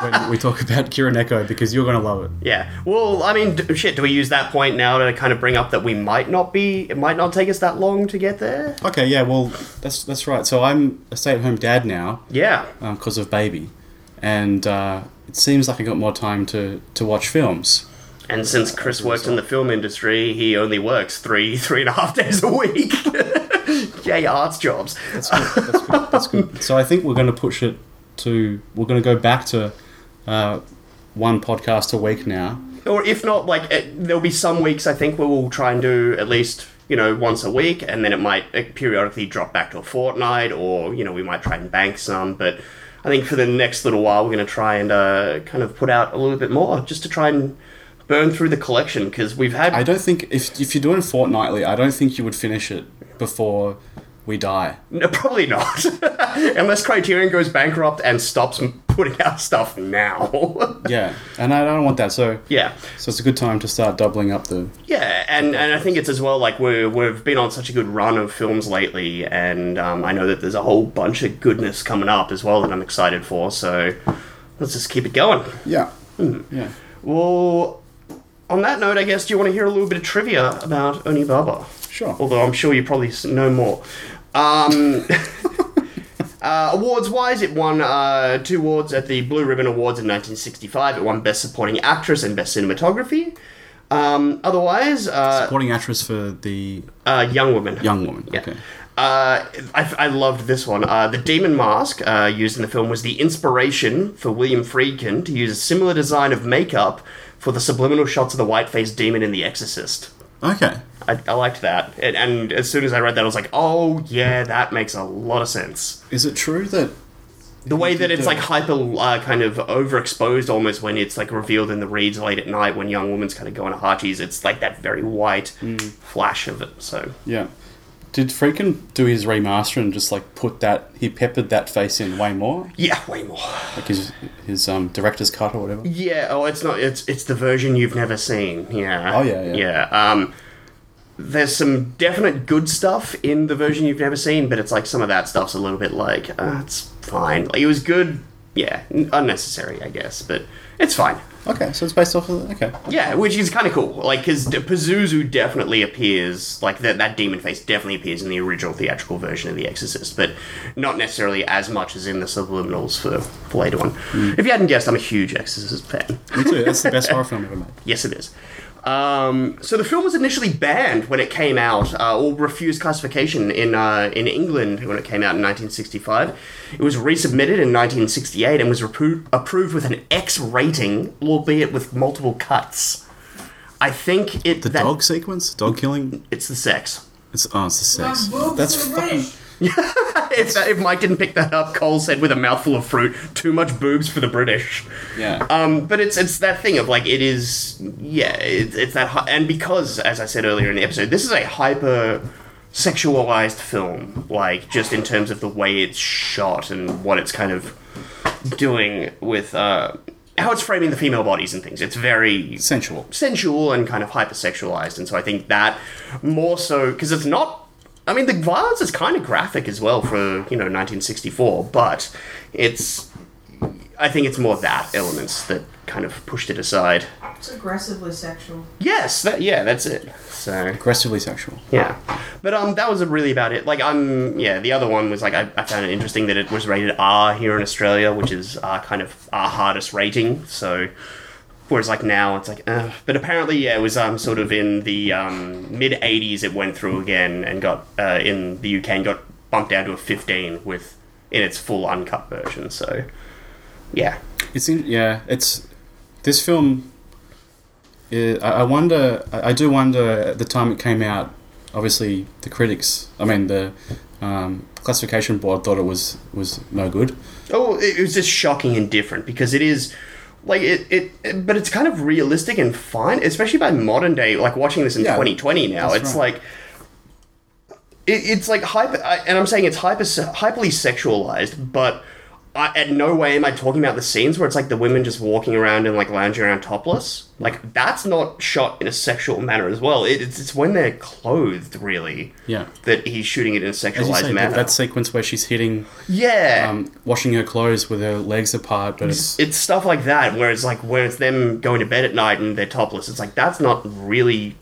Speaker 2: when we talk about Kirineko because you're going to love it.
Speaker 1: Yeah. Well, I mean, d- shit, do we use that point now to kind of bring up that we might not be, it might not take us that long to get there?
Speaker 2: Okay, yeah, well, that's that's right. So I'm a stay-at-home dad now
Speaker 1: Yeah.
Speaker 2: because of baby, and uh, it seems like I got more time to to watch films.
Speaker 1: And since Chris worked in the film industry, he only works three, three and a half days a week. Yay, arts jobs.
Speaker 2: That's good. That's good. That's good. So I think we're going to push it to we're going to go back to uh, one podcast a week now.
Speaker 1: Or if not, like, eh, there'll be some weeks I think where we'll try and do at least, you know, once a week, and then it might eh, periodically drop back to a fortnight, or, you know, we might try and bank some. But I think for the next little while, we're going to try and uh, kind of put out a little bit more just to try and burn through the collection because we've had.
Speaker 2: I don't think if if you're doing fortnightly, I don't think you would finish it before we die.
Speaker 1: No, probably not. Unless Criterion goes bankrupt and stops m- putting out stuff now.
Speaker 2: Yeah, and I don't want that. So
Speaker 1: yeah.
Speaker 2: So it's a good time to start doubling up the.
Speaker 1: Yeah, and, and I think it's as well like we're, we've been on such a good run of films lately, and um, I know that there's a whole bunch of goodness coming up as well that I'm excited for, so let's just keep it going.
Speaker 2: Yeah.
Speaker 1: Hmm.
Speaker 2: Yeah.
Speaker 1: Well, on that note, I guess, do you want to hear a little bit of trivia about Onibaba?
Speaker 2: Sure.
Speaker 1: Although I'm sure you probably s- know more. Um, Uh, awards wise, it won uh, two awards at the Blue Ribbon Awards in 1965. It won Best Supporting Actress and Best Cinematography. Um, otherwise, uh,
Speaker 2: Supporting actress for the
Speaker 1: uh, Young Woman.
Speaker 2: young woman. Okay.
Speaker 1: Uh, I, I loved this one. Uh, the demon mask uh, used in the film was the inspiration for William Friedkin to use a similar design of makeup for the subliminal shots of the white faced demon in The Exorcist.
Speaker 2: Okay.
Speaker 1: I, I liked that. And, and as soon as I read that, I was like, oh, yeah, that makes a lot of sense.
Speaker 2: Is it true that
Speaker 1: The way that
Speaker 2: did
Speaker 1: it's
Speaker 2: the-
Speaker 1: like hyper, uh, kind of overexposed almost when it's like revealed in the reads late at night when young woman's kind of going to Hachi's, it's like that very white flash of it. So
Speaker 2: yeah. Did Freakin do his remaster and just like put that he peppered that face in way more?
Speaker 1: yeah, way more.
Speaker 2: Like his his um director's cut or whatever?
Speaker 1: Yeah, oh, it's not. It's it's the version you've never seen. Yeah.
Speaker 2: Oh, yeah, yeah.
Speaker 1: Yeah. Um, there's some definite good stuff in the version you've never seen, but it's like some of that stuff's a little bit like uh, it's fine. Like, it was good. Yeah, n- unnecessary, I guess, but it's fine.
Speaker 2: Okay, so it's based off of the, okay.
Speaker 1: Yeah, which is kind of cool. Like, because Pazuzu definitely appears, like that that demon face definitely appears in the original theatrical version of The Exorcist, but not necessarily as much as in the subliminals for, for later on.
Speaker 2: Hmm.
Speaker 1: If you hadn't guessed, I'm a huge Exorcist fan.
Speaker 2: Me too. That's the best horror film ever made.
Speaker 1: Yes, it is. Um, so the film was initially banned when it came out, uh, or refused classification in uh, in England when it came out in 1965. It was resubmitted in 1968 and was repro- approved with an X rating, albeit with multiple cuts. I think it
Speaker 2: The
Speaker 1: that-
Speaker 2: dog sequence? Dog killing?
Speaker 1: It's the sex.
Speaker 2: It's oh it's the sex.
Speaker 3: That's
Speaker 2: That's
Speaker 3: fucking.
Speaker 1: If, that- if Mike didn't pick that up, Cole said with a mouthful of fruit, "Too much boobs for the British."
Speaker 2: yeah.
Speaker 1: Um, but it's it's that thing of like it is yeah it's, it's that hi- and because as I said earlier in the episode this is a hyper sexualized film like just in terms of the way it's shot and what it's kind of doing with uh, how it's framing the female bodies and things it's very
Speaker 2: Sensual.
Speaker 1: sensual and kind of hypersexualized and so I think that more so because it's not I mean the violence is kind of graphic as well for you know 1964 but it's I think it's more that elements that kind of pushed it aside.
Speaker 3: It's aggressively sexual.
Speaker 1: Yes, that, yeah, that's it. So
Speaker 2: Aggressively sexual.
Speaker 1: yeah, but um, that was really about it. Like I'm, yeah, the other one was like I, I found it interesting that it was rated R here in Australia, which is uh, kind of our hardest rating. So whereas like now it's like, uh, but apparently yeah, it was um sort of in the um, mid '80s it went through again and got uh, in the UK and got bumped down to a 15 with in its full uncut version. So yeah,
Speaker 2: It's in yeah. It's this film. eh, I I wonder. I I do wonder at the time it came out. Obviously, the critics. I mean, the um, classification board thought it was was no good.
Speaker 1: Oh, it it was just shocking and different because it is like it, it, it- but it's kind of realistic and fine, especially by modern day. Like watching this in
Speaker 2: Yeah,
Speaker 1: 2020 now,
Speaker 2: that's
Speaker 1: it's
Speaker 2: right.
Speaker 1: like it, it's like hyper, I- and I'm saying it's hyper hyperly sexualized, but. I, at no way am I talking about the scenes where it's like the women just walking around and like lounging around topless. Like that's not shot in a sexual manner as well. It, it's, it's when they're clothed, really,
Speaker 2: Yeah.
Speaker 1: that he's shooting it in a
Speaker 2: As you
Speaker 1: sexualized
Speaker 2: say, that,
Speaker 1: manner.
Speaker 2: that sequence where she's hitting,
Speaker 1: yeah,
Speaker 2: um, washing her clothes with her legs apart, but it's
Speaker 1: it's stuff like that where it's like where it's them going to bed at night and they're topless. It's like that's not really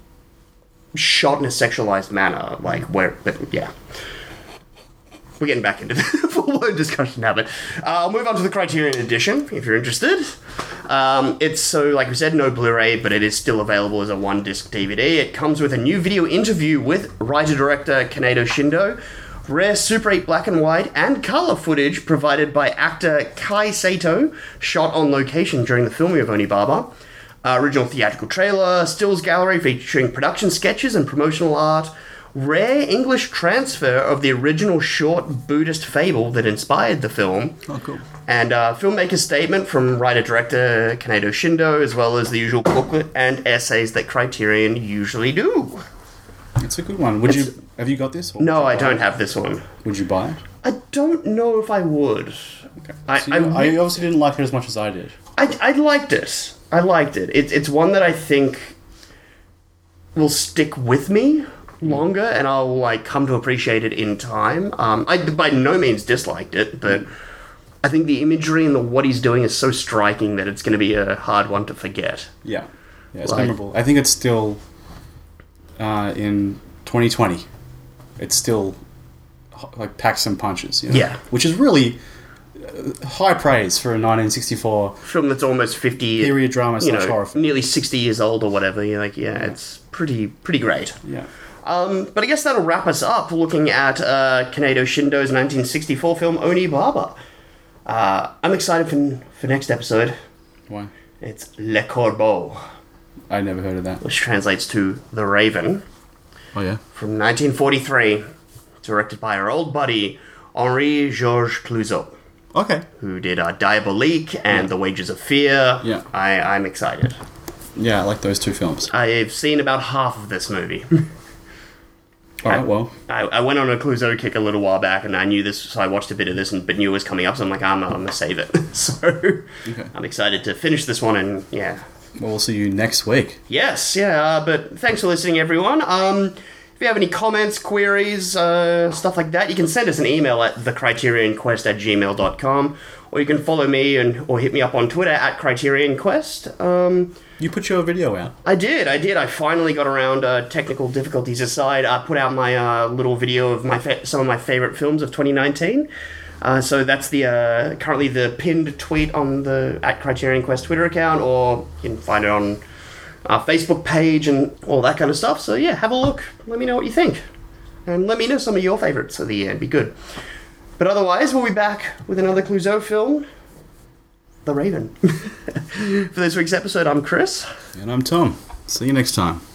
Speaker 1: shot in a sexualized manner. Like where, but yeah. We're getting back into the full-blown discussion now, but uh, I'll move on to the Criterion Edition if you're interested. Um, it's so, like we said, no Blu-ray, but it is still available as a one-disc DVD. It comes with a new video interview with writer-director Kanedo Shindo, rare Super 8 black and white and color footage provided by actor Kai Sato, shot on location during the filming of Oni Baba. Uh, original theatrical trailer, stills gallery featuring production sketches and promotional art, rare English transfer of the original short Buddhist fable that inspired the film,
Speaker 2: oh, cool.
Speaker 1: and uh, filmmaker's statement from writer director Kanedo Shindo, as well as the usual booklet and essays that Criterion usually do.
Speaker 2: It's a good one. Would you have you got this? Or
Speaker 1: No, I don't have this one.
Speaker 2: Would you buy it?
Speaker 1: I don't know if I would. I-
Speaker 2: So
Speaker 1: I
Speaker 2: you, I
Speaker 1: re-
Speaker 2: obviously didn't like it as much as I did.
Speaker 1: I, I liked it. I liked it. It's it's one that I think will stick with me longer, and I'll like come to appreciate it in time. Um, I by no means disliked it, but I think the imagery and the what he's doing is so striking that it's going to be a hard one to forget.
Speaker 2: Yeah, yeah, it's
Speaker 1: Like-
Speaker 2: memorable. I think it's still uh, in 2020. It's still like packs some punches. You know?
Speaker 1: Yeah.
Speaker 2: which is really uh, high praise for a 1964
Speaker 1: film that's almost fifty
Speaker 2: period drama
Speaker 1: you
Speaker 2: slash
Speaker 1: know,
Speaker 2: horror film.
Speaker 1: nearly sixty years old or whatever. You're like, yeah, it's pretty pretty great.
Speaker 2: Yeah,
Speaker 1: Um, but I guess that'll wrap us up looking at uh, Kanedo Shindo's 1964 film Oni Baba. Uh, I'm excited for, for next episode.
Speaker 2: why?
Speaker 1: It's Le Corbeau,
Speaker 2: I never heard of that.
Speaker 1: which translates to The Raven,
Speaker 2: Oh yeah,
Speaker 1: from 1943, directed by our old buddy Henri Georges Clouzot,
Speaker 2: okay.
Speaker 1: who did uh, Diabolique and The Wages of Fear.
Speaker 2: Yeah.
Speaker 1: I, I'm excited.
Speaker 2: Yeah, I like those two films.
Speaker 1: I've seen about half of this movie.
Speaker 2: All right, well,
Speaker 1: I, I went on a Cluzo kick a little while back, and I knew this, so I watched a bit of this, and but knew it was coming up, so I'm like, "Ah, I'm, I'm gonna save it. so I'm excited to finish this one, and yeah,
Speaker 2: well, we'll see you next week.
Speaker 1: yes, yeah. Uh, but thanks for listening, everyone. Um, if you have any comments, queries, uh, stuff like that, you can send us an email at thecriterionquest at gmail.com, or you can follow me and or hit me up on Twitter at criterionquest. Um,
Speaker 2: You put your video out.
Speaker 1: I did, I did. I finally got around. Uh, technical difficulties aside, I put out my uh, little video of my fa- some of my favorite films of 2019. Uh, so that's the uh, currently the pinned tweet on the at Criterion Quest Twitter account, or you can find it on our Facebook page and all that kind of stuff. So yeah, have a look. Let me know what you think, and let me know some of your favorites of the year. It'd be good. But otherwise, we'll be back with another Clouseau film, The Raven. For this week's episode, I'm Chris.
Speaker 2: And I'm Tom. See you next time.